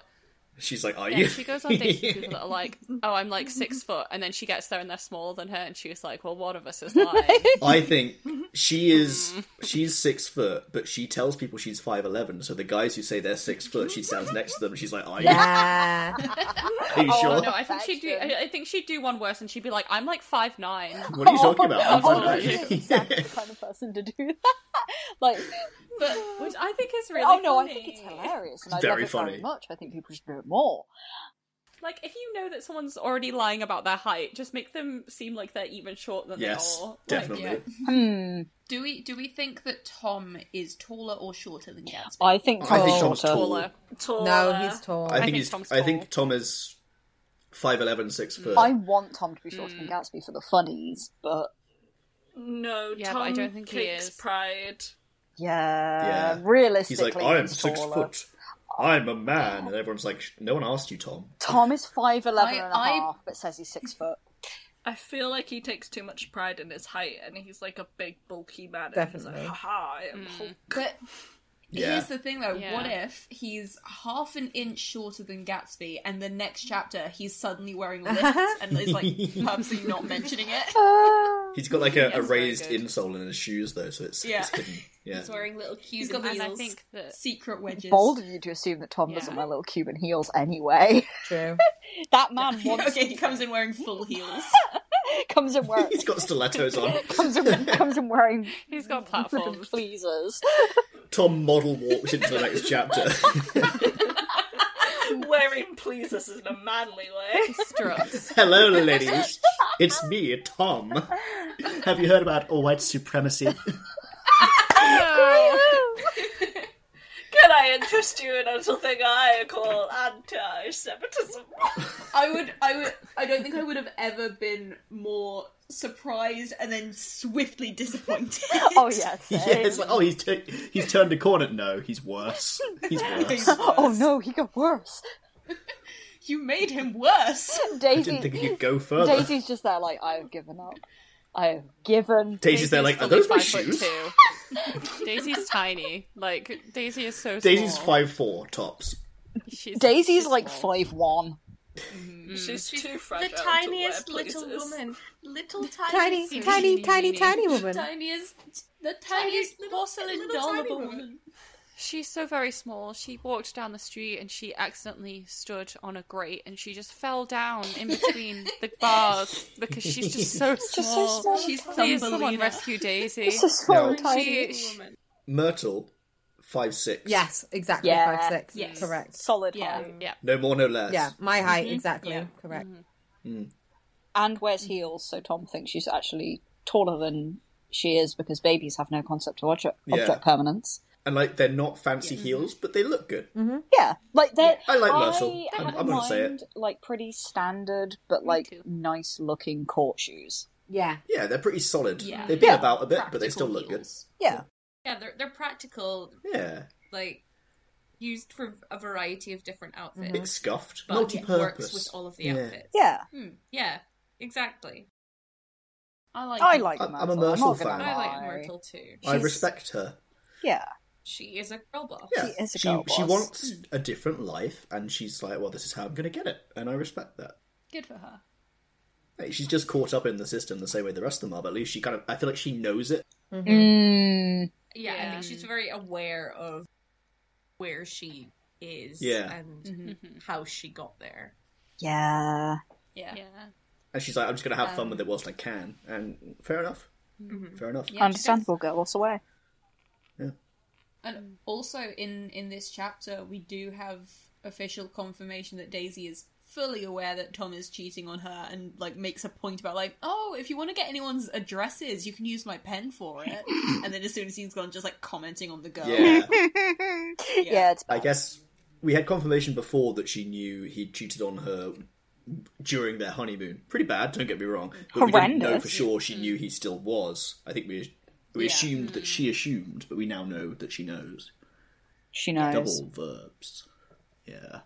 [SPEAKER 1] She's like, "Are
[SPEAKER 4] Yeah,
[SPEAKER 1] you?"
[SPEAKER 4] she goes on dates
[SPEAKER 1] *laughs*
[SPEAKER 4] with people that are like, "Oh, I'm like six foot," and then she gets there and they're smaller than her, and she was like, "Well, one
[SPEAKER 1] *laughs*
[SPEAKER 4] of us is lying."
[SPEAKER 1] I think she is
[SPEAKER 4] Mm-hmm.
[SPEAKER 1] she's six foot, but she tells people she's five eleven. So the guys who say they're six foot, she stands next to them. She's like, "Are you,
[SPEAKER 7] Nah.
[SPEAKER 1] Are you
[SPEAKER 2] Oh,
[SPEAKER 1] sure?
[SPEAKER 4] no, I think she'd do. I I think she'd do one worse, and she'd be like, "I'm like five nine.
[SPEAKER 1] What are you talking about?" I'm
[SPEAKER 4] *laughs* Oh,
[SPEAKER 1] fine. *laughs*
[SPEAKER 4] yeah,
[SPEAKER 2] exactly the kind of person to do that. *laughs* Like,
[SPEAKER 4] but which I think is really.
[SPEAKER 2] oh no, I
[SPEAKER 4] funny.
[SPEAKER 2] think it's hilarious, and
[SPEAKER 1] It's
[SPEAKER 2] I love
[SPEAKER 1] very
[SPEAKER 2] it
[SPEAKER 1] funny.
[SPEAKER 2] very much. I think people should do it more.
[SPEAKER 4] Like if you know that someone's already lying about their height, just make them seem like they're even shorter than
[SPEAKER 1] Yes,
[SPEAKER 4] they are. Oh, Like,
[SPEAKER 1] definitely.
[SPEAKER 5] yeah.
[SPEAKER 2] Hmm.
[SPEAKER 5] Do we do we think that Tom is taller or shorter than Gatsby?
[SPEAKER 2] I think
[SPEAKER 1] I think Tom's
[SPEAKER 2] Tom's shorter.
[SPEAKER 1] tall.
[SPEAKER 4] taller.
[SPEAKER 6] Taller.
[SPEAKER 7] No, he's tall.
[SPEAKER 1] I think
[SPEAKER 4] think
[SPEAKER 1] he's.
[SPEAKER 4] Tom's
[SPEAKER 1] I think
[SPEAKER 4] tall. Mm.
[SPEAKER 1] Tom is five eleven, six foot.
[SPEAKER 2] I want Tom to be shorter than Gatsby for the funnies, but
[SPEAKER 6] No,
[SPEAKER 4] Yeah, but
[SPEAKER 6] Tom
[SPEAKER 4] I don't think he
[SPEAKER 6] takes
[SPEAKER 4] is.
[SPEAKER 6] pride.
[SPEAKER 2] yeah,
[SPEAKER 1] He's like, He's
[SPEAKER 2] realistically,
[SPEAKER 1] like, "I am
[SPEAKER 2] he's
[SPEAKER 1] six
[SPEAKER 2] taller.
[SPEAKER 1] foot. I'm a man," and everyone's like, "Sh- "No one asked you, Tom."
[SPEAKER 2] Tom is five eleven and a half,
[SPEAKER 5] I- I-
[SPEAKER 2] but says he's six foot.
[SPEAKER 6] I feel like he takes too much pride in his height, and he's like a big bulky man. And
[SPEAKER 7] Definitely.
[SPEAKER 6] he's like, Haha, I am Hulk.
[SPEAKER 5] But
[SPEAKER 1] Yeah,
[SPEAKER 5] here's the thing though,
[SPEAKER 4] Yeah.
[SPEAKER 5] what if he's half an inch shorter than Gatsby and the next chapter he's suddenly wearing lifts and is like purposely not mentioning *laughs* it?
[SPEAKER 1] he's got like a, a
[SPEAKER 4] Yes, very
[SPEAKER 1] raised
[SPEAKER 4] good.
[SPEAKER 1] insole in his shoes though, so it's,
[SPEAKER 5] Yeah.
[SPEAKER 1] it's
[SPEAKER 4] *laughs*
[SPEAKER 1] hidden. Yeah,
[SPEAKER 5] He's wearing little cues
[SPEAKER 4] And
[SPEAKER 5] and heels,
[SPEAKER 4] I think that
[SPEAKER 5] secret wedges. *laughs*
[SPEAKER 2] Bold of you to assume that Tom doesn't
[SPEAKER 4] Yeah.
[SPEAKER 2] wear little Cuban heels anyway.
[SPEAKER 7] True.
[SPEAKER 2] That *laughs* man wants
[SPEAKER 5] okay, he *laughs* comes in wearing full heels.
[SPEAKER 2] comes and wear
[SPEAKER 1] *laughs* he's got stilettos on.
[SPEAKER 2] *laughs* comes in, comes in wearing
[SPEAKER 4] he's got
[SPEAKER 2] flippin'
[SPEAKER 5] *laughs*
[SPEAKER 4] platforms.
[SPEAKER 2] pleasers.
[SPEAKER 1] Tom model walks into the next chapter. *laughs*
[SPEAKER 6] *laughs* Wearing pleases in a manly way. *laughs*
[SPEAKER 4] struts.
[SPEAKER 1] Hello, ladies. It's me, Tom. Have you heard about all white supremacy? *laughs*
[SPEAKER 6] Can I interest you in a little thing I call anti-Semitism?
[SPEAKER 5] I would, I would, I don't think I would have ever been more surprised and then swiftly disappointed.
[SPEAKER 2] *laughs* Oh yes.
[SPEAKER 1] yeah, it's like, oh, he's tu- he's turned a corner. No, he's worse. He's worse.
[SPEAKER 2] *laughs* Oh no, he got worse.
[SPEAKER 5] You made him worse.
[SPEAKER 1] I didn't think
[SPEAKER 2] *laughs* Daisy,
[SPEAKER 1] he could go further.
[SPEAKER 2] Daisy's just there like I have given up. I have given.
[SPEAKER 1] Daisy's there, like, are those my
[SPEAKER 4] Daisy's fully
[SPEAKER 1] shoes?
[SPEAKER 4] five foot two. *laughs* Daisy's tiny. Like Daisy is so.
[SPEAKER 1] Daisy's
[SPEAKER 4] small.
[SPEAKER 1] five four tops.
[SPEAKER 4] She's,
[SPEAKER 2] Daisy's
[SPEAKER 4] she's
[SPEAKER 2] like
[SPEAKER 4] small.
[SPEAKER 2] five one.
[SPEAKER 6] She's too
[SPEAKER 8] the
[SPEAKER 6] fragile.
[SPEAKER 8] tiniest
[SPEAKER 6] to wear
[SPEAKER 8] little
[SPEAKER 6] pleases.
[SPEAKER 8] woman, little tiny,
[SPEAKER 7] Tiny, tiny, tiny, tiny woman.
[SPEAKER 8] tiniest, the
[SPEAKER 5] Tiniest
[SPEAKER 8] tiniest
[SPEAKER 5] little,
[SPEAKER 8] porcelain
[SPEAKER 5] little
[SPEAKER 8] doll of
[SPEAKER 5] tiny
[SPEAKER 8] a
[SPEAKER 5] woman.
[SPEAKER 8] woman.
[SPEAKER 4] She's so very small. She walked down the street and she accidentally stood on a grate and she just fell down
[SPEAKER 2] *laughs*
[SPEAKER 4] in between the bars because she's just so
[SPEAKER 2] Just so
[SPEAKER 4] small.
[SPEAKER 2] small.
[SPEAKER 5] She's
[SPEAKER 4] Please, someone
[SPEAKER 5] Thumbelina.
[SPEAKER 4] rescue Daisy.
[SPEAKER 2] It's so small
[SPEAKER 1] No.
[SPEAKER 2] and tiny.
[SPEAKER 4] She- she-
[SPEAKER 1] Myrtle, five six.
[SPEAKER 7] Yes, exactly.
[SPEAKER 2] Yeah.
[SPEAKER 7] Five six.
[SPEAKER 5] Yes.
[SPEAKER 7] Correct.
[SPEAKER 2] Solid
[SPEAKER 5] Yeah.
[SPEAKER 2] height.
[SPEAKER 4] yeah.
[SPEAKER 1] No more, no less.
[SPEAKER 7] Yeah, my height exactly.
[SPEAKER 5] Yeah.
[SPEAKER 7] Correct.
[SPEAKER 2] And wears heels, so Tom thinks she's actually taller than she is because babies have no concept of object,
[SPEAKER 1] Yeah.
[SPEAKER 2] object permanence.
[SPEAKER 1] And like they're not fancy heels, but they look good.
[SPEAKER 2] Yeah, like they're.
[SPEAKER 1] I like Myrtle.
[SPEAKER 2] I
[SPEAKER 1] I'm,
[SPEAKER 2] had
[SPEAKER 1] I'm
[SPEAKER 2] in
[SPEAKER 1] gonna say it.
[SPEAKER 2] mind, Like pretty standard, but like
[SPEAKER 4] too.
[SPEAKER 2] nice looking court shoes.
[SPEAKER 7] Yeah.
[SPEAKER 1] Yeah, they're pretty solid.
[SPEAKER 5] Yeah.
[SPEAKER 1] They've been
[SPEAKER 2] Yeah.
[SPEAKER 1] about a bit, but they still look
[SPEAKER 5] Practical
[SPEAKER 1] good.
[SPEAKER 5] heels.
[SPEAKER 2] Yeah,
[SPEAKER 8] Yeah, they're they're practical,
[SPEAKER 1] Yeah.
[SPEAKER 8] like used for a variety of different outfits.
[SPEAKER 1] It's scuffed.
[SPEAKER 8] but
[SPEAKER 1] Multi
[SPEAKER 8] it
[SPEAKER 1] purpose.
[SPEAKER 8] works with all of the outfits.
[SPEAKER 2] yeah.
[SPEAKER 8] Hmm, yeah, exactly.
[SPEAKER 4] I like.
[SPEAKER 2] I like
[SPEAKER 1] I'm-
[SPEAKER 2] Myrtle.
[SPEAKER 1] I'm a
[SPEAKER 2] not
[SPEAKER 1] Myrtle
[SPEAKER 2] gonna
[SPEAKER 1] fan.
[SPEAKER 8] I like
[SPEAKER 2] lie.
[SPEAKER 8] Myrtle too.
[SPEAKER 1] I
[SPEAKER 8] She's-
[SPEAKER 1] respect her.
[SPEAKER 2] Yeah,
[SPEAKER 8] She is a girl boss.
[SPEAKER 1] Yeah,
[SPEAKER 2] Oh, She is a
[SPEAKER 1] she,
[SPEAKER 2] girl
[SPEAKER 1] she
[SPEAKER 2] boss.
[SPEAKER 1] wants a different life, and she's like, "Well, this is how I'm going to get it," and I respect that.
[SPEAKER 8] Good for her.
[SPEAKER 1] Like, she's just caught up in the system the same way the rest of them are, but at least she kind of, I feel like she knows it.
[SPEAKER 2] Mm-hmm. Mm,
[SPEAKER 8] Yeah, I
[SPEAKER 4] Yeah.
[SPEAKER 8] think she's very aware of where she is
[SPEAKER 1] Yeah.
[SPEAKER 8] and
[SPEAKER 4] Mm-hmm.
[SPEAKER 8] how she got there.
[SPEAKER 2] yeah.
[SPEAKER 8] Yeah.
[SPEAKER 4] Yeah.
[SPEAKER 1] And she's like, "I'm just going to have
[SPEAKER 8] Um,
[SPEAKER 1] fun with it whilst I can," and fair enough, fair enough.
[SPEAKER 8] mm-hmm. Yeah, she
[SPEAKER 2] Understandable, girl lost away.
[SPEAKER 5] And also in in this chapter, we do have official confirmation that Daisy is fully aware that Tom is cheating on her, and like makes a point about like, oh, if you want to get anyone's addresses, you can use my pen for
[SPEAKER 2] *laughs*
[SPEAKER 5] it. and then as soon as he's gone, just like commenting on the girl.
[SPEAKER 1] Yeah,
[SPEAKER 2] Yeah, it's
[SPEAKER 1] I
[SPEAKER 2] bad.
[SPEAKER 1] guess we had confirmation before that she knew he cheated on her during their honeymoon. Pretty bad, don't get me wrong. But we didn't know
[SPEAKER 2] Horrendous.
[SPEAKER 1] for sure
[SPEAKER 8] Mm.
[SPEAKER 1] she knew he still was. I think we we
[SPEAKER 5] Yeah.
[SPEAKER 1] assumed that she assumed, but we now know that she knows.
[SPEAKER 2] she knows.
[SPEAKER 1] Double verbs. Yeah.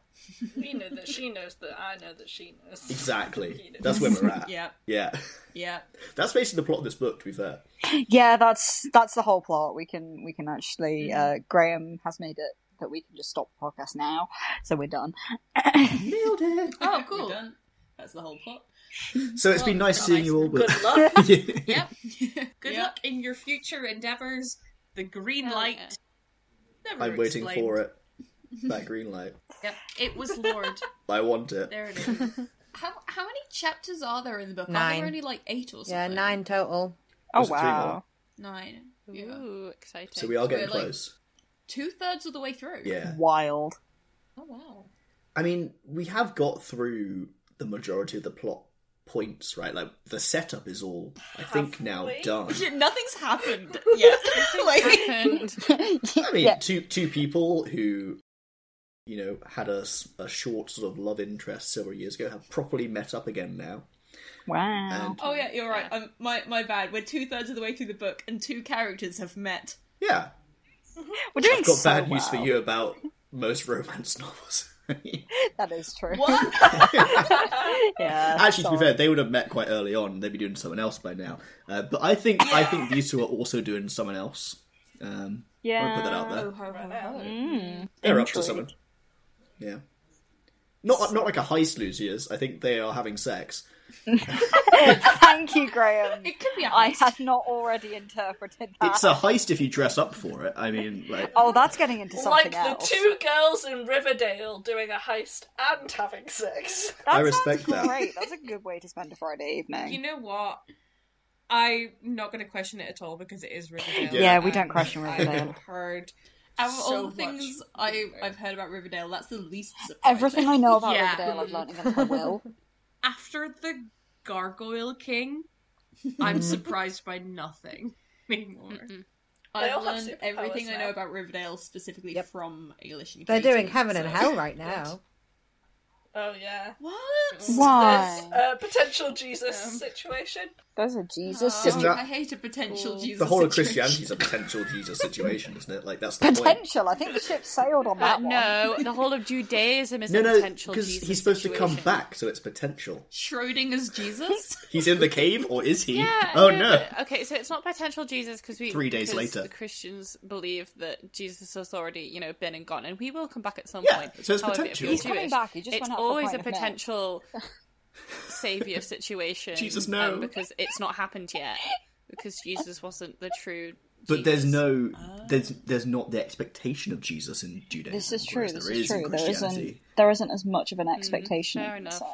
[SPEAKER 6] We know that she knows that I know that she knows.
[SPEAKER 1] Exactly. That's where we're
[SPEAKER 8] *laughs*
[SPEAKER 1] at.
[SPEAKER 5] yeah,
[SPEAKER 1] Yeah.
[SPEAKER 5] yeah.
[SPEAKER 1] That's basically the plot of this book, to be fair.
[SPEAKER 2] Yeah, that's that's the whole plot. We can we can actually uh, Graham has made it that we can just stop the podcast now, so we're done.
[SPEAKER 1] *laughs* Nailed it.
[SPEAKER 5] Oh,
[SPEAKER 6] cool.
[SPEAKER 5] done. That's the whole plot.
[SPEAKER 1] So it's been nice seeing you all. But...
[SPEAKER 6] Good luck.
[SPEAKER 1] *laughs* yeah.
[SPEAKER 8] *laughs* Good
[SPEAKER 5] Yeah.
[SPEAKER 8] luck in your future endeavors. The green
[SPEAKER 5] Hell
[SPEAKER 8] light.
[SPEAKER 5] yeah.
[SPEAKER 8] Never
[SPEAKER 1] I'm waiting
[SPEAKER 8] explained.
[SPEAKER 1] for it. That green light.
[SPEAKER 8] Yep, it was Lord.
[SPEAKER 1] *laughs* I want it.
[SPEAKER 8] there
[SPEAKER 7] *laughs*
[SPEAKER 8] it is.
[SPEAKER 5] How how many chapters are there in the book? Are
[SPEAKER 7] Nine.
[SPEAKER 5] there only like eight or something?
[SPEAKER 7] Yeah, nine total.
[SPEAKER 2] Oh
[SPEAKER 1] Was it three
[SPEAKER 2] wow!
[SPEAKER 1] more?
[SPEAKER 5] Nine. Yeah.
[SPEAKER 4] Ooh, exciting.
[SPEAKER 1] So we are getting
[SPEAKER 5] We're, like-
[SPEAKER 1] close.
[SPEAKER 5] Two thirds of the way through. *laughs*
[SPEAKER 1] Yeah.
[SPEAKER 2] Wild.
[SPEAKER 5] Oh wow.
[SPEAKER 1] I mean, we have got through the majority of the plot points, right? Like the setup is all, I think, now
[SPEAKER 6] Halfway.
[SPEAKER 5] *laughs*
[SPEAKER 1] done.
[SPEAKER 7] *laughs*
[SPEAKER 5] Nothing's happened yet. *laughs* like,
[SPEAKER 4] Happened.
[SPEAKER 1] I mean,
[SPEAKER 2] yeah,
[SPEAKER 1] two two people who, you know, had a, s- a short sort of love interest several years ago have properly met up again now.
[SPEAKER 2] wow.
[SPEAKER 1] And
[SPEAKER 5] oh yeah, you're right. Um, my my bad. We're two thirds of the way through the book, and two characters have met.
[SPEAKER 1] yeah,
[SPEAKER 2] We're doing
[SPEAKER 1] I've got
[SPEAKER 2] so
[SPEAKER 1] bad news for
[SPEAKER 2] well. *laughs*
[SPEAKER 1] you about most romance *laughs* novels.
[SPEAKER 2] That is true.
[SPEAKER 5] What?
[SPEAKER 2] *laughs* yeah.
[SPEAKER 1] Actually, to be
[SPEAKER 2] sorry.
[SPEAKER 1] fair, they would have met quite early on. They'd be doing someone else by now. Uh, but I think I think these two are also doing someone else. Um,
[SPEAKER 2] yeah.
[SPEAKER 1] I would put that out there.
[SPEAKER 2] Mm,
[SPEAKER 1] They're up to
[SPEAKER 2] intrigue.
[SPEAKER 1] something. Yeah. Not not like a heist, Lucius. I think they are having sex.
[SPEAKER 2] *laughs* Thank you, Graham.
[SPEAKER 5] It could be.
[SPEAKER 4] Uh,
[SPEAKER 2] I
[SPEAKER 5] I
[SPEAKER 2] had not already interpreted that.
[SPEAKER 1] It's a heist if you dress up for it. I
[SPEAKER 2] *laughs*
[SPEAKER 1] mean, like,
[SPEAKER 2] Uh, Oh, that's getting into
[SPEAKER 6] like
[SPEAKER 2] something
[SPEAKER 6] the
[SPEAKER 2] else.
[SPEAKER 6] two girls in Riverdale doing a heist and having sex.
[SPEAKER 2] That
[SPEAKER 1] I respect
[SPEAKER 2] sounds
[SPEAKER 1] that.
[SPEAKER 2] Great. That's a good way to spend a Friday evening.
[SPEAKER 8] You know what? I'm not going to question it at all because it is Riverdale.
[SPEAKER 1] Yeah.
[SPEAKER 2] Yeah, we
[SPEAKER 8] and
[SPEAKER 2] don't question Riverdale.
[SPEAKER 8] I've heard
[SPEAKER 5] out of
[SPEAKER 8] so
[SPEAKER 5] all the things
[SPEAKER 8] much
[SPEAKER 5] I
[SPEAKER 8] Riverdale.
[SPEAKER 5] I've heard about Riverdale, that's the least surprising.
[SPEAKER 2] Everything I know about
[SPEAKER 8] Yeah.
[SPEAKER 2] Riverdale, I've learned against my
[SPEAKER 4] *laughs*
[SPEAKER 2] will.
[SPEAKER 8] after the Gargoyle King,
[SPEAKER 1] *laughs*
[SPEAKER 8] I'm
[SPEAKER 7] Mm.
[SPEAKER 8] surprised by nothing *laughs* anymore.
[SPEAKER 6] They
[SPEAKER 5] I've
[SPEAKER 6] all have
[SPEAKER 5] learned
[SPEAKER 6] superpowers
[SPEAKER 5] everything I
[SPEAKER 6] now.
[SPEAKER 5] know about Riverdale specifically
[SPEAKER 7] Yep.
[SPEAKER 5] from Ailish and
[SPEAKER 7] They're
[SPEAKER 5] Katie,
[SPEAKER 7] doing heaven and
[SPEAKER 5] so-
[SPEAKER 7] hell
[SPEAKER 5] *laughs*
[SPEAKER 7] right now.
[SPEAKER 6] Oh yeah. Um,
[SPEAKER 5] What?
[SPEAKER 2] Why?
[SPEAKER 6] There's a uh, potential Jesus situation.
[SPEAKER 2] There's a Jesus
[SPEAKER 1] Isn't
[SPEAKER 2] situation.
[SPEAKER 1] that-
[SPEAKER 5] I hate a
[SPEAKER 7] Oh.
[SPEAKER 5] potential Jesus.
[SPEAKER 1] the whole of
[SPEAKER 5] situation.
[SPEAKER 1] Christianity is a potential Jesus situation, isn't it? Like that's the point.
[SPEAKER 2] Potential. I think the ship sailed on
[SPEAKER 4] Uh,
[SPEAKER 2] that one.
[SPEAKER 4] no, the whole of Judaism is
[SPEAKER 1] No,
[SPEAKER 4] a
[SPEAKER 1] no,
[SPEAKER 4] potential
[SPEAKER 1] because
[SPEAKER 4] Jesus
[SPEAKER 1] he's supposed to come
[SPEAKER 4] situation.
[SPEAKER 1] back, so it's potential.
[SPEAKER 7] *laughs*
[SPEAKER 5] Schrodinger's Jesus.
[SPEAKER 1] He's in the cave, or is he?
[SPEAKER 4] Yeah.
[SPEAKER 1] oh no!
[SPEAKER 2] uh,
[SPEAKER 4] but- Okay, so it's not potential Jesus because we
[SPEAKER 1] Three days
[SPEAKER 4] because
[SPEAKER 1] later.
[SPEAKER 4] the Christians believe that Jesus has already you know been and gone, and we will come back at some
[SPEAKER 1] Yeah,
[SPEAKER 4] point.
[SPEAKER 1] so it's
[SPEAKER 4] However, if
[SPEAKER 1] potential.
[SPEAKER 4] you're
[SPEAKER 1] He's
[SPEAKER 2] coming
[SPEAKER 4] Jewish,
[SPEAKER 2] back, he just
[SPEAKER 4] it's
[SPEAKER 2] went out for a
[SPEAKER 4] always
[SPEAKER 2] pint
[SPEAKER 4] a
[SPEAKER 2] of milk.
[SPEAKER 1] *laughs*
[SPEAKER 4] potential savior situation.
[SPEAKER 1] Jesus, no.
[SPEAKER 4] um, because it's not happened yet. Because Jesus wasn't the true.
[SPEAKER 1] But there's
[SPEAKER 4] Jesus.
[SPEAKER 1] no, there's there's not the expectation of Jesus in Judaism.
[SPEAKER 2] This is true.
[SPEAKER 1] whereas
[SPEAKER 2] This
[SPEAKER 1] there
[SPEAKER 2] is
[SPEAKER 1] in
[SPEAKER 2] true. There isn't.
[SPEAKER 1] Christianity.
[SPEAKER 2] There isn't as much of an expectation
[SPEAKER 4] Mm, fair
[SPEAKER 2] of
[SPEAKER 4] enough.
[SPEAKER 2] Messiah.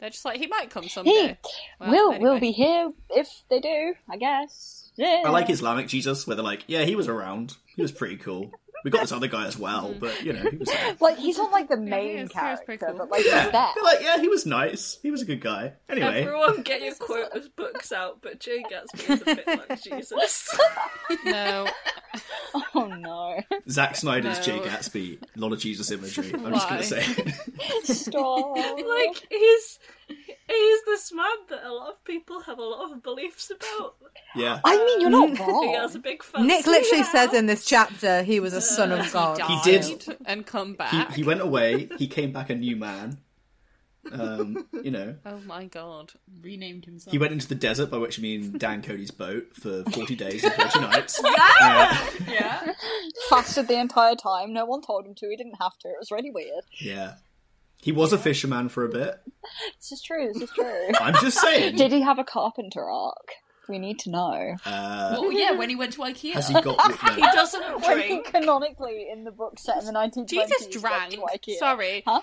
[SPEAKER 4] They're just like he might come
[SPEAKER 2] He *laughs*
[SPEAKER 4] someday. Well,
[SPEAKER 2] will will
[SPEAKER 4] anyway.
[SPEAKER 2] be here if they do. I guess. Yeah.
[SPEAKER 1] I like Islamic Jesus, where they're like, yeah, he was around. He was pretty cool. We got this other guy as well, but you know, he was there.
[SPEAKER 2] Like he's not like the
[SPEAKER 4] he
[SPEAKER 2] main
[SPEAKER 4] is- he is
[SPEAKER 2] character,
[SPEAKER 4] pretty cool.
[SPEAKER 2] but like
[SPEAKER 1] Yeah,
[SPEAKER 2] he's there. *laughs*
[SPEAKER 1] they're like, yeah, he was nice. He was a good guy. Anyway,
[SPEAKER 6] Everyone get your quotas books out, but Jay Gatsby is a bit *laughs* like Jesus.
[SPEAKER 4] No,
[SPEAKER 2] Oh
[SPEAKER 4] *laughs*
[SPEAKER 2] no!
[SPEAKER 1] Zack Snyder's
[SPEAKER 4] No.
[SPEAKER 1] Jay Gatsby, a lot of Jesus imagery. I'm just gonna
[SPEAKER 4] Why?
[SPEAKER 1] say. *laughs*
[SPEAKER 2] Stop.
[SPEAKER 6] like he's he's this man that a lot of people have a lot of beliefs about.
[SPEAKER 1] yeah,
[SPEAKER 2] I mean, you're
[SPEAKER 7] *laughs*
[SPEAKER 2] not
[SPEAKER 6] He has a
[SPEAKER 2] wrong.
[SPEAKER 6] big
[SPEAKER 7] Oh.
[SPEAKER 6] fancy.
[SPEAKER 7] Nick literally
[SPEAKER 6] hat.
[SPEAKER 7] says in this chapter he was a son of God.
[SPEAKER 4] died
[SPEAKER 1] did-
[SPEAKER 4] and come
[SPEAKER 1] he,
[SPEAKER 4] back.
[SPEAKER 1] he went away. He came back a new man. Um, you know,
[SPEAKER 4] Oh my god!
[SPEAKER 5] Renamed himself.
[SPEAKER 1] he went into the desert, by which I mean Dan Cody's boat for forty days and forty nights. Uh, Yeah,
[SPEAKER 5] Yeah.
[SPEAKER 2] Fasted the entire time. No one told him to. He didn't have to. It was really weird.
[SPEAKER 1] yeah. He was a fisherman for a bit.
[SPEAKER 2] This is true. This is true.
[SPEAKER 1] I'm just saying.
[SPEAKER 2] Did he have a carpenter arc? We need to know.
[SPEAKER 1] Uh,
[SPEAKER 5] Oh yeah, when he went to IKEA.
[SPEAKER 1] has he got?
[SPEAKER 6] He
[SPEAKER 1] No.
[SPEAKER 6] doesn't
[SPEAKER 2] *laughs* I think
[SPEAKER 6] drink.
[SPEAKER 2] canonically in the book set in the 1920s.
[SPEAKER 4] Jesus
[SPEAKER 2] went
[SPEAKER 4] drank.
[SPEAKER 2] to Ikea.
[SPEAKER 4] Sorry.
[SPEAKER 2] Huh?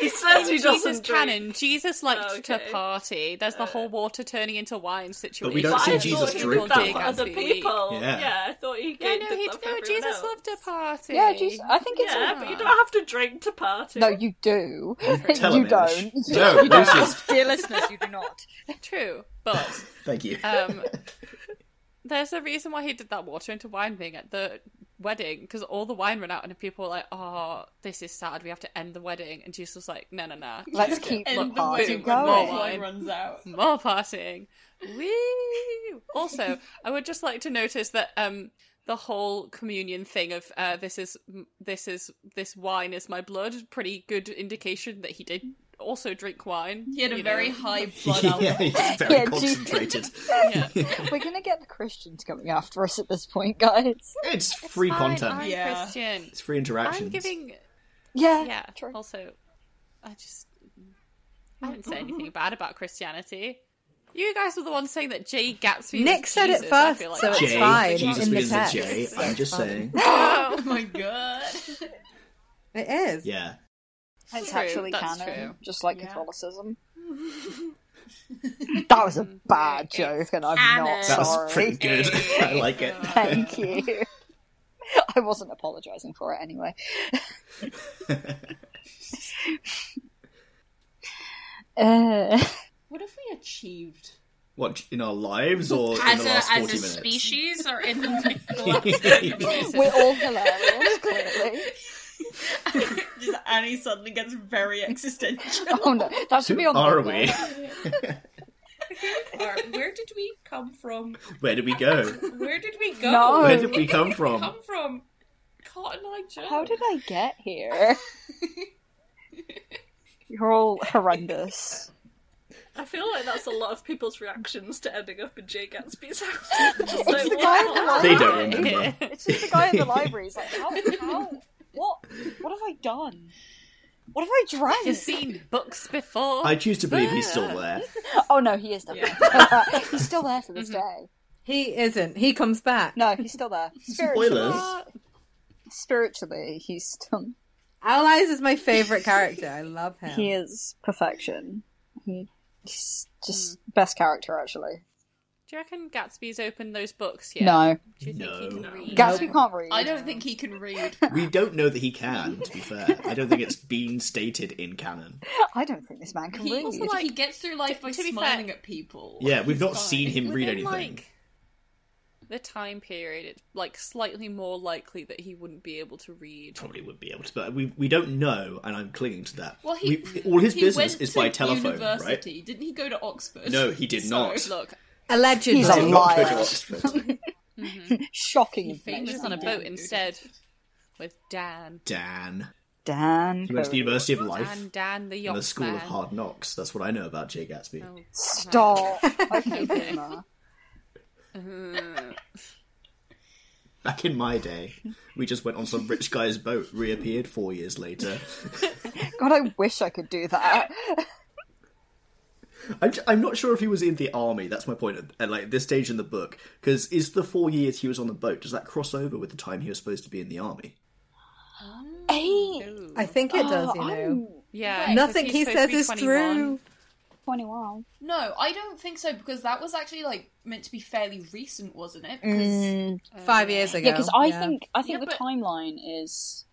[SPEAKER 6] He says he
[SPEAKER 4] Jesus
[SPEAKER 6] doesn't drink.
[SPEAKER 4] canon. Jesus liked
[SPEAKER 6] Oh,
[SPEAKER 4] to
[SPEAKER 6] okay.
[SPEAKER 4] party. There's the whole water turning into wine situation.
[SPEAKER 1] we don't
[SPEAKER 6] But
[SPEAKER 1] see
[SPEAKER 6] I
[SPEAKER 1] Jesus
[SPEAKER 6] thought he
[SPEAKER 1] drink
[SPEAKER 6] did that for other
[SPEAKER 4] Gatsby.
[SPEAKER 6] people.
[SPEAKER 1] Yeah.
[SPEAKER 6] Yeah. I thought he
[SPEAKER 4] Yeah,
[SPEAKER 6] did
[SPEAKER 4] no,
[SPEAKER 6] that
[SPEAKER 4] he,
[SPEAKER 6] for
[SPEAKER 4] no,
[SPEAKER 6] everyone
[SPEAKER 4] Jesus
[SPEAKER 6] else.
[SPEAKER 4] loved to party.
[SPEAKER 2] Yeah, Jesus. I think it's.
[SPEAKER 6] Yeah, but
[SPEAKER 4] not.
[SPEAKER 6] you don't have to drink to party.
[SPEAKER 2] No, you do.
[SPEAKER 1] Tell
[SPEAKER 2] *laughs* you
[SPEAKER 1] him, Ash.
[SPEAKER 2] don't.
[SPEAKER 1] No,
[SPEAKER 2] *laughs* you don't.
[SPEAKER 1] Lucius.
[SPEAKER 2] Dear listeners, you do not.
[SPEAKER 4] True, but
[SPEAKER 1] Thank you.
[SPEAKER 4] um, there's a reason why he did that water into wine thing at the wedding because all the wine ran out and people were like, "Oh, this is sad. We have to end the wedding." And Jesus was like, "No, no, no,
[SPEAKER 2] Let's keep the
[SPEAKER 5] and the
[SPEAKER 2] party
[SPEAKER 5] wedding
[SPEAKER 4] Boom,
[SPEAKER 5] when
[SPEAKER 4] boom, boom.
[SPEAKER 5] the
[SPEAKER 2] going.
[SPEAKER 5] wine runs out.
[SPEAKER 4] more partying. Woo! Also, I would just like to notice that um the whole communion thing of uh, this is this is this wine is my blood pretty good indication that he did also drink wine.
[SPEAKER 5] He had a
[SPEAKER 4] you
[SPEAKER 5] very
[SPEAKER 4] know.
[SPEAKER 5] *laughs* high blood
[SPEAKER 1] yeah,
[SPEAKER 5] alcohol.
[SPEAKER 1] he's very
[SPEAKER 2] Yeah, do-
[SPEAKER 1] concentrated.
[SPEAKER 4] Yeah.
[SPEAKER 2] We're gonna get the Christians coming after us at this point, guys.
[SPEAKER 1] It's free
[SPEAKER 4] Fine,
[SPEAKER 1] content.
[SPEAKER 4] I'm
[SPEAKER 5] Yeah.
[SPEAKER 4] Christian.
[SPEAKER 1] It's free interactions.
[SPEAKER 4] I'm giving.
[SPEAKER 2] Yeah,
[SPEAKER 4] Yeah.
[SPEAKER 2] true.
[SPEAKER 4] Also, I just. I didn't say anything bad about Christianity. You guys were the ones saying that Jay Gatsby.
[SPEAKER 7] Nick
[SPEAKER 4] was
[SPEAKER 7] said it
[SPEAKER 4] Jesus, I
[SPEAKER 7] first,
[SPEAKER 4] feel like.
[SPEAKER 7] so it's
[SPEAKER 1] J.
[SPEAKER 7] fine
[SPEAKER 1] Jesus
[SPEAKER 7] in the
[SPEAKER 1] begins with
[SPEAKER 7] text.
[SPEAKER 1] J.
[SPEAKER 7] So
[SPEAKER 1] I'm
[SPEAKER 7] it's
[SPEAKER 1] just
[SPEAKER 7] fine.
[SPEAKER 1] saying.
[SPEAKER 5] Oh my god.
[SPEAKER 7] It is.
[SPEAKER 1] Yeah.
[SPEAKER 2] It's
[SPEAKER 4] True,
[SPEAKER 2] actually
[SPEAKER 4] that's
[SPEAKER 2] canon,
[SPEAKER 4] true.
[SPEAKER 2] just like
[SPEAKER 8] Yeah.
[SPEAKER 2] Catholicism. that was a bad joke, and I'm not
[SPEAKER 6] Canon.
[SPEAKER 1] That
[SPEAKER 2] sorry.
[SPEAKER 1] was pretty good. *laughs* I like it.
[SPEAKER 2] Thank you. *laughs* I wasn't apologising for it anyway. *laughs* uh,
[SPEAKER 5] *laughs* What have we achieved?
[SPEAKER 1] *laughs* What in our lives or in
[SPEAKER 6] As
[SPEAKER 1] the
[SPEAKER 6] a,
[SPEAKER 1] last
[SPEAKER 6] as
[SPEAKER 1] forty
[SPEAKER 6] a
[SPEAKER 1] minutes? *laughs*
[SPEAKER 6] species or in the
[SPEAKER 2] we're all hilarious, clearly.
[SPEAKER 5] Just Annie suddenly gets very existential. *laughs*
[SPEAKER 2] Oh no, that should be
[SPEAKER 1] Who
[SPEAKER 2] on. the
[SPEAKER 1] are
[SPEAKER 2] board.
[SPEAKER 1] we?
[SPEAKER 2] *laughs*
[SPEAKER 8] Or where did we come from?
[SPEAKER 1] Where did we
[SPEAKER 8] *laughs*
[SPEAKER 1] go?
[SPEAKER 8] Where did we go?
[SPEAKER 2] No.
[SPEAKER 1] Where did we come from?
[SPEAKER 8] Come from Cotton Eye Joe.
[SPEAKER 2] How did I get here? *laughs* You're all horrendous.
[SPEAKER 6] I feel like that's a lot of people's reactions to ending up in Jay Gatsby's house. Just
[SPEAKER 2] It's
[SPEAKER 6] like,
[SPEAKER 2] the
[SPEAKER 6] what
[SPEAKER 2] guy
[SPEAKER 6] the
[SPEAKER 2] in the
[SPEAKER 6] hell?
[SPEAKER 1] They
[SPEAKER 2] library.
[SPEAKER 1] don't
[SPEAKER 8] *laughs*
[SPEAKER 1] remember.
[SPEAKER 2] It's just the guy
[SPEAKER 1] *laughs*
[SPEAKER 2] in the library. He's like, how, how, what, what have I done? What have I drank?
[SPEAKER 4] Just seen books before.
[SPEAKER 1] I choose to believe he's still there.
[SPEAKER 2] Oh no, he is definitely *laughs* he's still there to this day.
[SPEAKER 7] He isn't. He comes back.
[SPEAKER 2] No, he's still *laughs* there.
[SPEAKER 1] Spoilers.
[SPEAKER 2] Spiritually, he's still
[SPEAKER 7] Allies is my favorite character. I love him.
[SPEAKER 2] he is perfection. He, he's just best character actually.
[SPEAKER 4] Do you reckon Gatsby's opened those books yet?
[SPEAKER 2] No,
[SPEAKER 4] Do you think he
[SPEAKER 1] No.
[SPEAKER 4] can read?
[SPEAKER 2] Gatsby can't read.
[SPEAKER 5] I don't think he *laughs* can read.
[SPEAKER 1] We don't know that he can. To be fair, I don't think it's been stated in canon.
[SPEAKER 2] I don't think this man can
[SPEAKER 5] He,
[SPEAKER 2] read.
[SPEAKER 5] also, like, he gets through life by
[SPEAKER 4] to be
[SPEAKER 5] smiling
[SPEAKER 4] fair-
[SPEAKER 5] at people.
[SPEAKER 1] Yeah, we've
[SPEAKER 5] He's
[SPEAKER 1] not
[SPEAKER 5] fine.
[SPEAKER 1] seen him read
[SPEAKER 4] Within,
[SPEAKER 1] anything.
[SPEAKER 4] like, the time period, it's like slightly more likely that he wouldn't be able to read.
[SPEAKER 1] Probably would be able to, but we we don't know, and I'm clinging to that.
[SPEAKER 5] Well, he-
[SPEAKER 1] we, all his
[SPEAKER 5] He
[SPEAKER 1] business
[SPEAKER 5] went
[SPEAKER 1] is
[SPEAKER 5] to
[SPEAKER 1] by telephone, right?
[SPEAKER 5] university. Didn't he go to Oxford?
[SPEAKER 1] No, he
[SPEAKER 5] *laughs*
[SPEAKER 1] did not.
[SPEAKER 4] Look,
[SPEAKER 7] Allegedly.
[SPEAKER 2] He's
[SPEAKER 1] He did
[SPEAKER 2] a
[SPEAKER 1] not go
[SPEAKER 2] liar.
[SPEAKER 1] to
[SPEAKER 2] *laughs*
[SPEAKER 1] Oxford.
[SPEAKER 2] Shocking
[SPEAKER 5] famous
[SPEAKER 4] he
[SPEAKER 2] information.
[SPEAKER 4] was on a
[SPEAKER 5] Dan
[SPEAKER 4] boat
[SPEAKER 5] Cody.
[SPEAKER 4] Oh, instead with Dan.
[SPEAKER 1] Dan.
[SPEAKER 2] Dan.
[SPEAKER 1] He went to the
[SPEAKER 2] Cody.
[SPEAKER 1] University of Life
[SPEAKER 4] Dan, Dan the
[SPEAKER 1] and
[SPEAKER 4] yacht
[SPEAKER 1] the School
[SPEAKER 4] man.
[SPEAKER 1] of Hard Knocks. That's what I know about Jay Gatsby.
[SPEAKER 4] Oh, *laughs*
[SPEAKER 2] *laughs* Stop. okay, Boomer.
[SPEAKER 4] uh,
[SPEAKER 1] Back in my day, we just went on some rich guy's boat, reappeared four years later.
[SPEAKER 2] God, I wish I could do that.
[SPEAKER 1] I'm, j- I'm not sure if he was in the army. That's my point. At, at, like this stage in the book, because is the four years he was on the boat? Does that cross over with the time he was supposed to be in the army?
[SPEAKER 2] Hey,
[SPEAKER 4] ooh.
[SPEAKER 7] I think it does,
[SPEAKER 2] oh,
[SPEAKER 7] you know.
[SPEAKER 2] I'm
[SPEAKER 4] yeah, 'cause
[SPEAKER 7] Nothing
[SPEAKER 4] he's
[SPEAKER 7] he says
[SPEAKER 4] supposed to be
[SPEAKER 7] is
[SPEAKER 4] 21.
[SPEAKER 7] true.
[SPEAKER 2] 21.
[SPEAKER 5] No, I don't think so because that was actually like meant to be fairly recent, wasn't it? Because
[SPEAKER 2] Mm.
[SPEAKER 7] Five years ago.
[SPEAKER 2] Yeah, because I think I think
[SPEAKER 4] Yeah,
[SPEAKER 2] the
[SPEAKER 4] but-
[SPEAKER 2] timeline is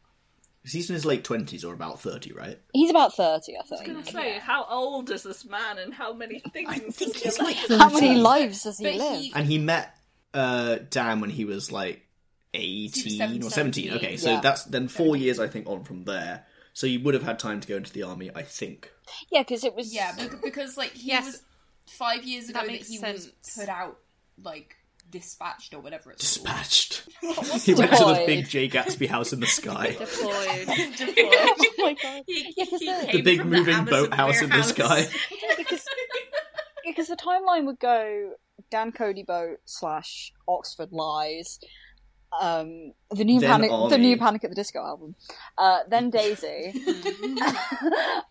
[SPEAKER 1] Because he's in his late twenties or about thirty, right?
[SPEAKER 2] he's about thirty, I
[SPEAKER 6] I was gonna
[SPEAKER 2] think.
[SPEAKER 6] say, how old is this man and how many things?
[SPEAKER 1] I think he's
[SPEAKER 6] has he
[SPEAKER 1] like
[SPEAKER 6] left?
[SPEAKER 1] thirty.
[SPEAKER 2] How many lives has he
[SPEAKER 5] But
[SPEAKER 2] lived?
[SPEAKER 5] he-
[SPEAKER 1] And he met uh, Dan when he was like eighteen
[SPEAKER 5] seven-
[SPEAKER 1] or seventeen. Okay, so
[SPEAKER 2] Yeah.
[SPEAKER 1] that's then four years I think on from there. So you would have had time to go into the army, I think.
[SPEAKER 2] Yeah, because it was
[SPEAKER 5] yeah, bec- because like he
[SPEAKER 4] Yes.
[SPEAKER 5] was five years ago
[SPEAKER 4] That
[SPEAKER 5] that,
[SPEAKER 4] makes
[SPEAKER 5] he was
[SPEAKER 4] sense.
[SPEAKER 5] put out like dispatched or whatever it's called.
[SPEAKER 1] Dispatched. he went to the
[SPEAKER 2] Deployed.
[SPEAKER 1] big Jay Gatsby house *laughs* in the sky. *laughs*
[SPEAKER 4] Deployed. *laughs*
[SPEAKER 5] *laughs* Deployed.
[SPEAKER 2] oh my god.
[SPEAKER 6] He-
[SPEAKER 2] Yeah,
[SPEAKER 5] *laughs*
[SPEAKER 2] 'cause
[SPEAKER 6] he
[SPEAKER 2] the-
[SPEAKER 6] came
[SPEAKER 1] the big
[SPEAKER 6] from the
[SPEAKER 1] moving
[SPEAKER 6] Amazon
[SPEAKER 1] boathouse in the
[SPEAKER 6] warehouse.
[SPEAKER 1] sky. *laughs*
[SPEAKER 2] because because the timeline would go Dan Cody boat slash Oxford lies, um, the new
[SPEAKER 1] Then
[SPEAKER 2] panic,
[SPEAKER 1] Army.
[SPEAKER 2] the new Panic at the Disco album, uh, then
[SPEAKER 5] *laughs*
[SPEAKER 2] Daisy, *laughs*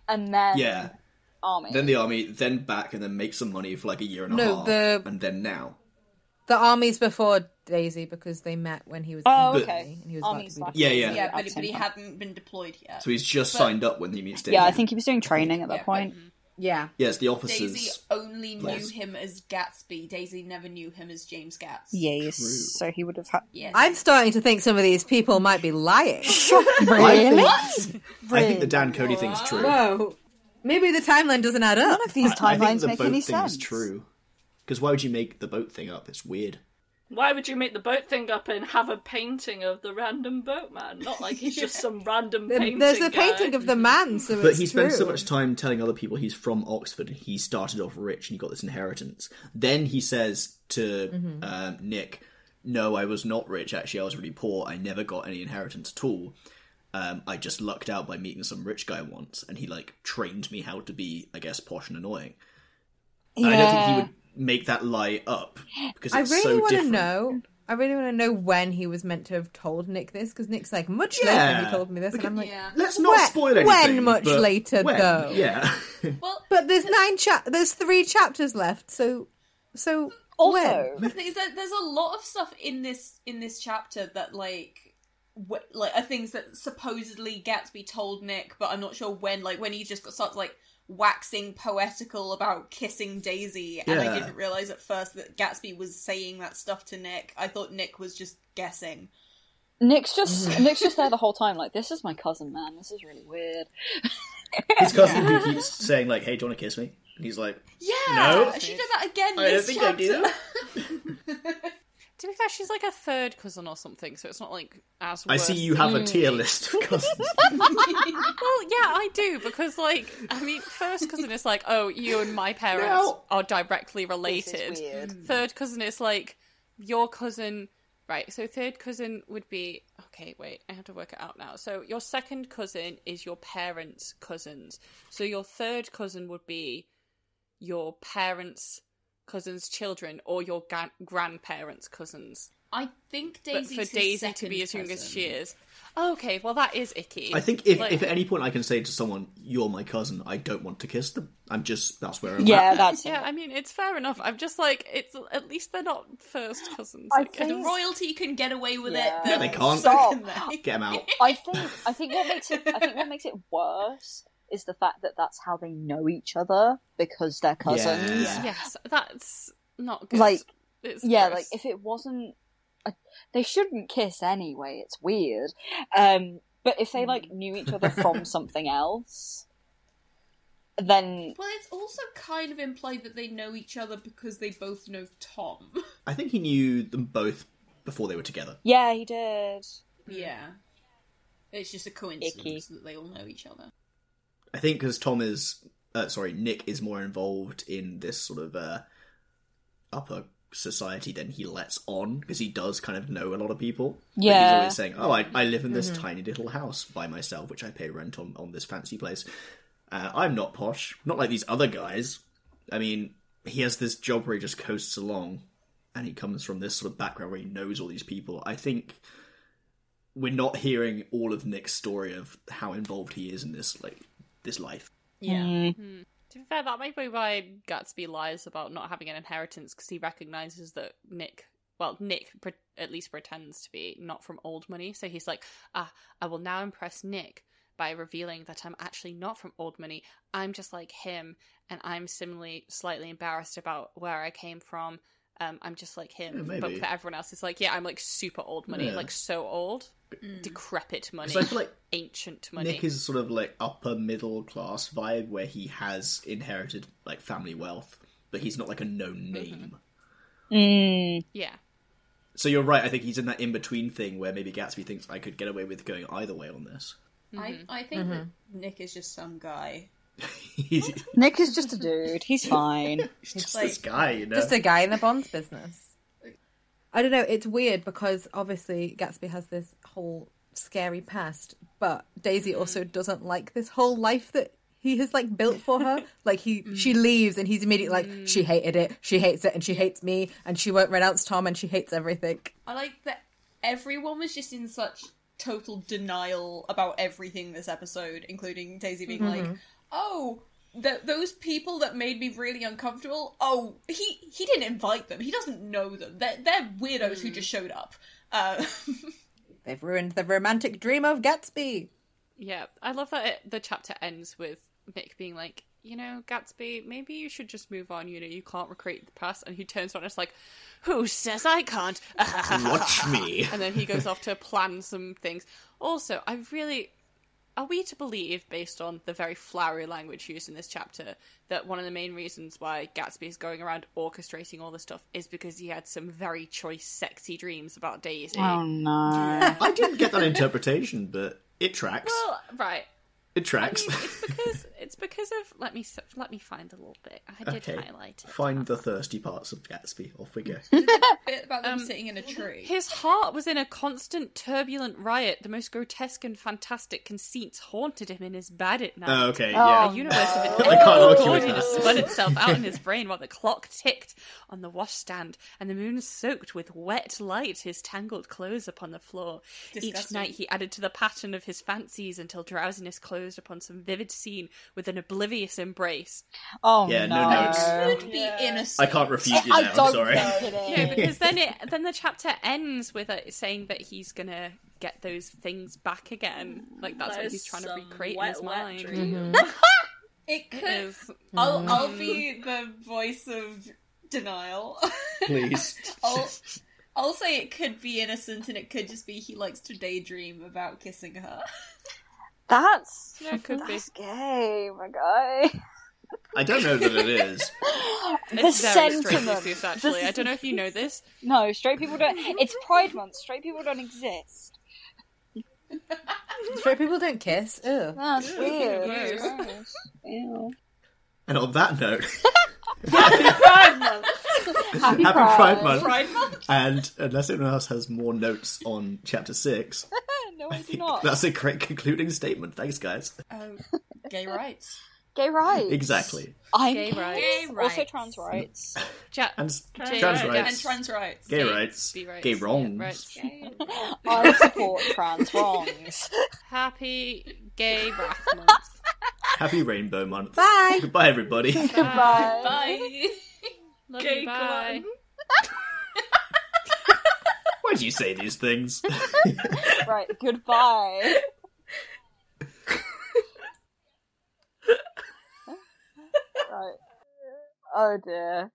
[SPEAKER 2] and then
[SPEAKER 1] Yeah.
[SPEAKER 2] Army.
[SPEAKER 1] Then the army, then back, and then make some money for like a year and a
[SPEAKER 7] No,
[SPEAKER 1] half,
[SPEAKER 7] the-
[SPEAKER 1] and then now.
[SPEAKER 7] the army's before Daisy because they met when he was
[SPEAKER 2] Oh,
[SPEAKER 7] in the
[SPEAKER 2] okay.
[SPEAKER 7] army and he was
[SPEAKER 2] Army
[SPEAKER 7] about
[SPEAKER 2] slash-
[SPEAKER 7] to be.
[SPEAKER 1] Yeah, yeah.
[SPEAKER 5] yeah, but,
[SPEAKER 2] At
[SPEAKER 5] but he
[SPEAKER 2] the same time.
[SPEAKER 5] hadn't been deployed yet.
[SPEAKER 1] So he's just
[SPEAKER 5] But-
[SPEAKER 1] signed up when he meets Daisy.
[SPEAKER 2] yeah, I think he was doing training at that
[SPEAKER 5] Yeah,
[SPEAKER 2] point.
[SPEAKER 7] Yeah.
[SPEAKER 1] Yeah, it's the officers.
[SPEAKER 5] Daisy only knew
[SPEAKER 1] Yes.
[SPEAKER 5] him as Gatsby. Daisy never knew him as James Gats.
[SPEAKER 2] Yes,
[SPEAKER 1] True.
[SPEAKER 2] so he would have had.
[SPEAKER 5] Yes.
[SPEAKER 7] I'm starting to think some of these people might be lying.
[SPEAKER 2] Really?
[SPEAKER 1] I think, I think the Dan Cody thing's true.
[SPEAKER 7] Whoa. Maybe the timeline doesn't add up.
[SPEAKER 2] None of these
[SPEAKER 1] I think
[SPEAKER 2] timelines
[SPEAKER 1] the
[SPEAKER 2] make
[SPEAKER 1] boat
[SPEAKER 2] any
[SPEAKER 1] thing's
[SPEAKER 2] sense.
[SPEAKER 1] true. Because why would you make the boat thing up? It's weird.
[SPEAKER 6] Why would you make the boat thing up and have a painting of the random boatman? Not like
[SPEAKER 7] *laughs*
[SPEAKER 6] he's just some random
[SPEAKER 7] There-
[SPEAKER 6] painting.
[SPEAKER 7] There's a
[SPEAKER 6] guy.
[SPEAKER 7] painting of the man, so
[SPEAKER 1] But
[SPEAKER 7] it's
[SPEAKER 1] he spends so
[SPEAKER 7] true.
[SPEAKER 1] much time telling other people he's from Oxford and he started off rich and he got this inheritance. Then he says to
[SPEAKER 7] Mm-hmm.
[SPEAKER 1] um, Nick, No, I was not rich. Actually, I was really poor. I never got any inheritance at all. Um, I just lucked out by meeting some rich guy once, and he like trained me how to be, I guess, posh and annoying. And I don't think he would make that lie up because
[SPEAKER 7] I
[SPEAKER 1] it's
[SPEAKER 7] really
[SPEAKER 1] so
[SPEAKER 7] want to
[SPEAKER 1] different.
[SPEAKER 7] know. I really want to know when he was meant to have told Nick this because Nick's like much later
[SPEAKER 1] Yeah.
[SPEAKER 7] he told me this, and I'm like,
[SPEAKER 5] Yeah.
[SPEAKER 1] Let's not
[SPEAKER 7] When-
[SPEAKER 1] spoil
[SPEAKER 7] when
[SPEAKER 1] anything.
[SPEAKER 7] much
[SPEAKER 1] but
[SPEAKER 7] later,
[SPEAKER 1] when,
[SPEAKER 7] though?
[SPEAKER 1] Yeah. *laughs*
[SPEAKER 5] Well,
[SPEAKER 7] but there's nine chap, there's three chapters left, so so when?
[SPEAKER 2] Also,
[SPEAKER 5] the thing is that there's a lot of stuff in this in this chapter that like wh- like are things that supposedly Gatsby told Nick, but I'm not sure when. Like when he just got starts like waxing poetical about kissing Daisy, and I
[SPEAKER 1] Yeah.
[SPEAKER 5] didn't realize at first that Gatsby was saying that stuff to Nick. I thought Nick was just guessing.
[SPEAKER 2] Nick's
[SPEAKER 7] *laughs*
[SPEAKER 2] just Nick's just there the whole time. Like, this is my cousin, man. This is really weird.
[SPEAKER 1] His cousin who keeps saying like, "Hey, do you want to kiss me?" And he's like,
[SPEAKER 5] Yeah,
[SPEAKER 1] No.
[SPEAKER 5] she did that again.
[SPEAKER 1] "I don't
[SPEAKER 5] this
[SPEAKER 1] think I
[SPEAKER 5] chapter.
[SPEAKER 1] do."
[SPEAKER 4] *laughs* To be fair, she's like a third cousin or something, so it's not like as.
[SPEAKER 1] I see
[SPEAKER 4] worse.
[SPEAKER 1] you have a tier list of cousins.
[SPEAKER 4] Well, yeah, I do because, like, I mean, first cousin is like, oh, you and my parents
[SPEAKER 1] No.
[SPEAKER 4] are directly
[SPEAKER 2] This
[SPEAKER 4] related.
[SPEAKER 2] is weird.
[SPEAKER 4] Third cousin is like your cousin, right? So third cousin would be okay. Wait, I have to work it out now. So your second cousin is your parents' cousins. So your third cousin would be your parents' cousins' children or your ga- grandparents' cousins.
[SPEAKER 5] I think
[SPEAKER 4] But
[SPEAKER 5] Daisy
[SPEAKER 4] for Daisy to be as young as she is, okay, well that is icky.
[SPEAKER 1] I think if,
[SPEAKER 4] Like-
[SPEAKER 1] if at any point I can say to someone, "You're my cousin," I don't want to kiss them. I'm just that's where I'm
[SPEAKER 2] Yeah,
[SPEAKER 1] at.
[SPEAKER 2] that's
[SPEAKER 4] Yeah, I mean it's fair enough. I'm just like it's at least they're not first cousins.
[SPEAKER 2] I
[SPEAKER 4] I guess.
[SPEAKER 2] think-
[SPEAKER 5] Royalty can get away with
[SPEAKER 2] Yeah.
[SPEAKER 5] it.
[SPEAKER 2] No,
[SPEAKER 5] but
[SPEAKER 1] they can't.
[SPEAKER 5] so
[SPEAKER 2] Stop.
[SPEAKER 5] can
[SPEAKER 1] *laughs*
[SPEAKER 5] they.
[SPEAKER 1] Get him out.
[SPEAKER 2] I think I think what makes it I think what makes it worse is the fact that that's how they know each other because they're cousins.
[SPEAKER 1] Yeah.
[SPEAKER 4] Yes, that's not good.
[SPEAKER 2] Like-
[SPEAKER 4] it's
[SPEAKER 2] Yeah,
[SPEAKER 4] gross.
[SPEAKER 2] like if it wasn't, I- they shouldn't kiss anyway. It's weird. Um, but if they
[SPEAKER 4] Hmm.
[SPEAKER 2] like knew each other
[SPEAKER 4] *laughs*
[SPEAKER 2] from something else, then
[SPEAKER 5] Well, it's also kind of implied that they know each other because they both know *laughs* Tom.
[SPEAKER 1] I think he knew them both before they were together.
[SPEAKER 2] yeah, he did.
[SPEAKER 5] yeah. It's just a coincidence
[SPEAKER 2] Icky.
[SPEAKER 5] that they all know each other.
[SPEAKER 1] I think because Tom is, uh, sorry, Nick is more involved in this sort of uh, upper society than he lets on because he does kind of know a lot of people. But he's
[SPEAKER 2] Yeah.
[SPEAKER 1] always saying, "Oh, I, I live in this
[SPEAKER 4] Mm-hmm.
[SPEAKER 1] tiny little house by myself, which I pay rent on on this fancy place. Uh, I'm not posh, not like these other guys. I mean, he has this job where he just coasts along, and he comes from this sort of background where he knows all these people. I think." We're not hearing all of Nick's story of how involved he is in this like this life.
[SPEAKER 5] Yeah.
[SPEAKER 4] to be fair, that might be why Gatsby lies about not having an inheritance because he recognizes that Nick, well, Nick pre- at least pretends to be not from old money. So he's like, ah, I will now impress Nick by revealing that I'm actually not from old money. I'm just like him, and I'm similarly slightly embarrassed about where I came from. Um, I'm just like him,
[SPEAKER 1] Yeah,
[SPEAKER 4] but
[SPEAKER 1] maybe.
[SPEAKER 4] for everyone else, it's like, yeah, I'm like super old money,
[SPEAKER 1] Yeah.
[SPEAKER 4] like so old, decrepit money,
[SPEAKER 1] Because I feel like
[SPEAKER 4] ancient money.
[SPEAKER 1] Nick is sort of like upper middle class vibe where he has inherited like family wealth, but he's not like a
[SPEAKER 4] Mm-hmm.
[SPEAKER 1] known name.
[SPEAKER 2] Mm,
[SPEAKER 4] yeah.
[SPEAKER 1] So you're right. I think he's in that in between thing where maybe Gatsby thinks I could get away with going either way on this. *laughs*
[SPEAKER 4] Mm-hmm.
[SPEAKER 5] I, I think that Nick is just some guy.
[SPEAKER 1] he's
[SPEAKER 2] Nick is just a dude. He's
[SPEAKER 4] *laughs*
[SPEAKER 2] fine.
[SPEAKER 1] he's just
[SPEAKER 5] like-
[SPEAKER 1] this guy, you know.
[SPEAKER 7] Just a guy in the bonds business. I don't know. It's weird because obviously Gatsby has this whole scary past, but Daisy also doesn't like this whole life that he has like built for *laughs* her. like he, she leaves, and he's immediately like, she hated it, she hates it, and she hates me, and she won't renounce Tom, and she hates everything.
[SPEAKER 5] I like that everyone was just in such total denial about everything this episode, including Daisy being like, "Oh, th- those people that made me really uncomfortable. Oh, he he didn't invite them. He doesn't know them. They're, they're weirdos who just showed up." Uh, *laughs*
[SPEAKER 7] They've ruined the romantic dream of *laughs* Gatsby.
[SPEAKER 4] Yeah, I love that it, the chapter ends with Nick being like, you know, Gatsby, maybe you should just move on. You know, you can't recreate the past. And he turns around and is like, who says I can't? *laughs*
[SPEAKER 1] Watch me.
[SPEAKER 4] and then he goes off to plan some things. Also, I really. Are we to believe, based on the very flowery language used in this chapter, that one of the main reasons why Gatsby is going around orchestrating all this stuff is because he had some very choice, sexy dreams about Daisy?
[SPEAKER 2] oh no.
[SPEAKER 1] I didn't get that interpretation, but it tracks.
[SPEAKER 4] Well, right.
[SPEAKER 1] it
[SPEAKER 4] I
[SPEAKER 1] tracks. *laughs*
[SPEAKER 4] mean, it's because it's because of Let me s- let me find a little bit. I did
[SPEAKER 1] Okay.
[SPEAKER 4] highlight it.
[SPEAKER 1] Find the thirsty parts of Gatsby. Off we go.
[SPEAKER 5] bit about them
[SPEAKER 4] Um,
[SPEAKER 5] sitting in a tree.
[SPEAKER 4] His heart was in a constant turbulent riot. The most grotesque and fantastic conceits haunted him in his bed at night.
[SPEAKER 1] Oh, okay,
[SPEAKER 4] A
[SPEAKER 1] yeah.
[SPEAKER 4] universe
[SPEAKER 1] *laughs*
[SPEAKER 4] of
[SPEAKER 1] I can't argue with
[SPEAKER 4] Gorginess
[SPEAKER 1] that.
[SPEAKER 4] spun itself out in his brain while the clock ticked on the washstand and the moon soaked with wet light his tangled clothes upon the floor. Each
[SPEAKER 5] Disgusting.
[SPEAKER 4] night he added to the pattern of his fancies until drowsiness closed upon some vivid scene with an oblivious embrace.
[SPEAKER 2] Oh
[SPEAKER 1] Yeah, no
[SPEAKER 2] no.
[SPEAKER 1] notes.
[SPEAKER 5] Could be
[SPEAKER 6] Yeah.
[SPEAKER 1] I
[SPEAKER 5] innocent.
[SPEAKER 1] can't refute you
[SPEAKER 2] I
[SPEAKER 1] now.
[SPEAKER 2] don't
[SPEAKER 1] I'm sorry.
[SPEAKER 6] know.
[SPEAKER 4] No, because then it then the chapter ends with it saying that he's gonna get those things back again. Like that's
[SPEAKER 6] That
[SPEAKER 4] what
[SPEAKER 6] is
[SPEAKER 4] he's trying to
[SPEAKER 6] some
[SPEAKER 4] recreate in
[SPEAKER 6] wet,
[SPEAKER 4] his
[SPEAKER 6] wet
[SPEAKER 4] mind.
[SPEAKER 5] *laughs*
[SPEAKER 6] dream.
[SPEAKER 5] It
[SPEAKER 4] It
[SPEAKER 6] *laughs*
[SPEAKER 5] could.
[SPEAKER 4] is-
[SPEAKER 5] I'll, I'll be the voice of denial.
[SPEAKER 1] *laughs*
[SPEAKER 5] *laughs*
[SPEAKER 1] Please.
[SPEAKER 5] I'll, I'll say it could be innocent and it could just be he likes to daydream about kissing her.
[SPEAKER 2] That's
[SPEAKER 4] Yeah, it could be.
[SPEAKER 2] that's gay, my
[SPEAKER 4] *laughs*
[SPEAKER 2] guy.
[SPEAKER 1] I don't know that it is.
[SPEAKER 2] the
[SPEAKER 4] It's very straight
[SPEAKER 2] sentiment.
[SPEAKER 4] Lucius, actually.
[SPEAKER 2] This
[SPEAKER 4] I
[SPEAKER 2] is-
[SPEAKER 4] don't know if you know
[SPEAKER 6] *laughs*
[SPEAKER 4] this.
[SPEAKER 2] *laughs* No, straight people don't. It's Pride Month. Straight people don't exist.
[SPEAKER 7] Straight people don't kiss. Ugh.
[SPEAKER 2] That's weird.
[SPEAKER 4] gross.
[SPEAKER 2] Gross. Ew.
[SPEAKER 1] And on that note, *laughs*
[SPEAKER 2] Pride Month.
[SPEAKER 1] happy,
[SPEAKER 2] Pride.
[SPEAKER 1] Pride Month.
[SPEAKER 5] Pride Month?
[SPEAKER 1] And unless anyone else has more notes on Chapter 6,
[SPEAKER 2] no,
[SPEAKER 1] I *laughs*
[SPEAKER 2] I do
[SPEAKER 1] think
[SPEAKER 2] not.
[SPEAKER 1] that's a great concluding statement. Thanks, guys.
[SPEAKER 5] Um, gay rights.
[SPEAKER 2] Gay rights.
[SPEAKER 1] Exactly.
[SPEAKER 2] I'm
[SPEAKER 4] Gay rights.
[SPEAKER 5] Gay
[SPEAKER 2] Also
[SPEAKER 5] rights.
[SPEAKER 1] *laughs*
[SPEAKER 2] trans rights.
[SPEAKER 4] Ja-
[SPEAKER 1] And s-
[SPEAKER 4] Trans
[SPEAKER 1] trans
[SPEAKER 4] rights.
[SPEAKER 1] rights.
[SPEAKER 5] And trans rights.
[SPEAKER 1] Gay
[SPEAKER 4] gay-
[SPEAKER 1] rights.
[SPEAKER 4] be rights,
[SPEAKER 1] Gay
[SPEAKER 4] yeah,
[SPEAKER 1] wrongs.
[SPEAKER 4] rights.
[SPEAKER 2] I support trans
[SPEAKER 4] *laughs*
[SPEAKER 2] wrongs.
[SPEAKER 4] Happy
[SPEAKER 6] *laughs*
[SPEAKER 4] Gay Wrath Month.
[SPEAKER 1] Happy Rainbow Month.
[SPEAKER 4] *laughs*
[SPEAKER 7] Bye.
[SPEAKER 1] Goodbye, everybody.
[SPEAKER 4] Ah,
[SPEAKER 2] Goodbye.
[SPEAKER 5] Bye.
[SPEAKER 4] Love
[SPEAKER 6] Gay
[SPEAKER 4] you, bye.
[SPEAKER 1] Why do you say these things?
[SPEAKER 2] Right. Goodbye.
[SPEAKER 1] *laughs*
[SPEAKER 2] right. Oh dear.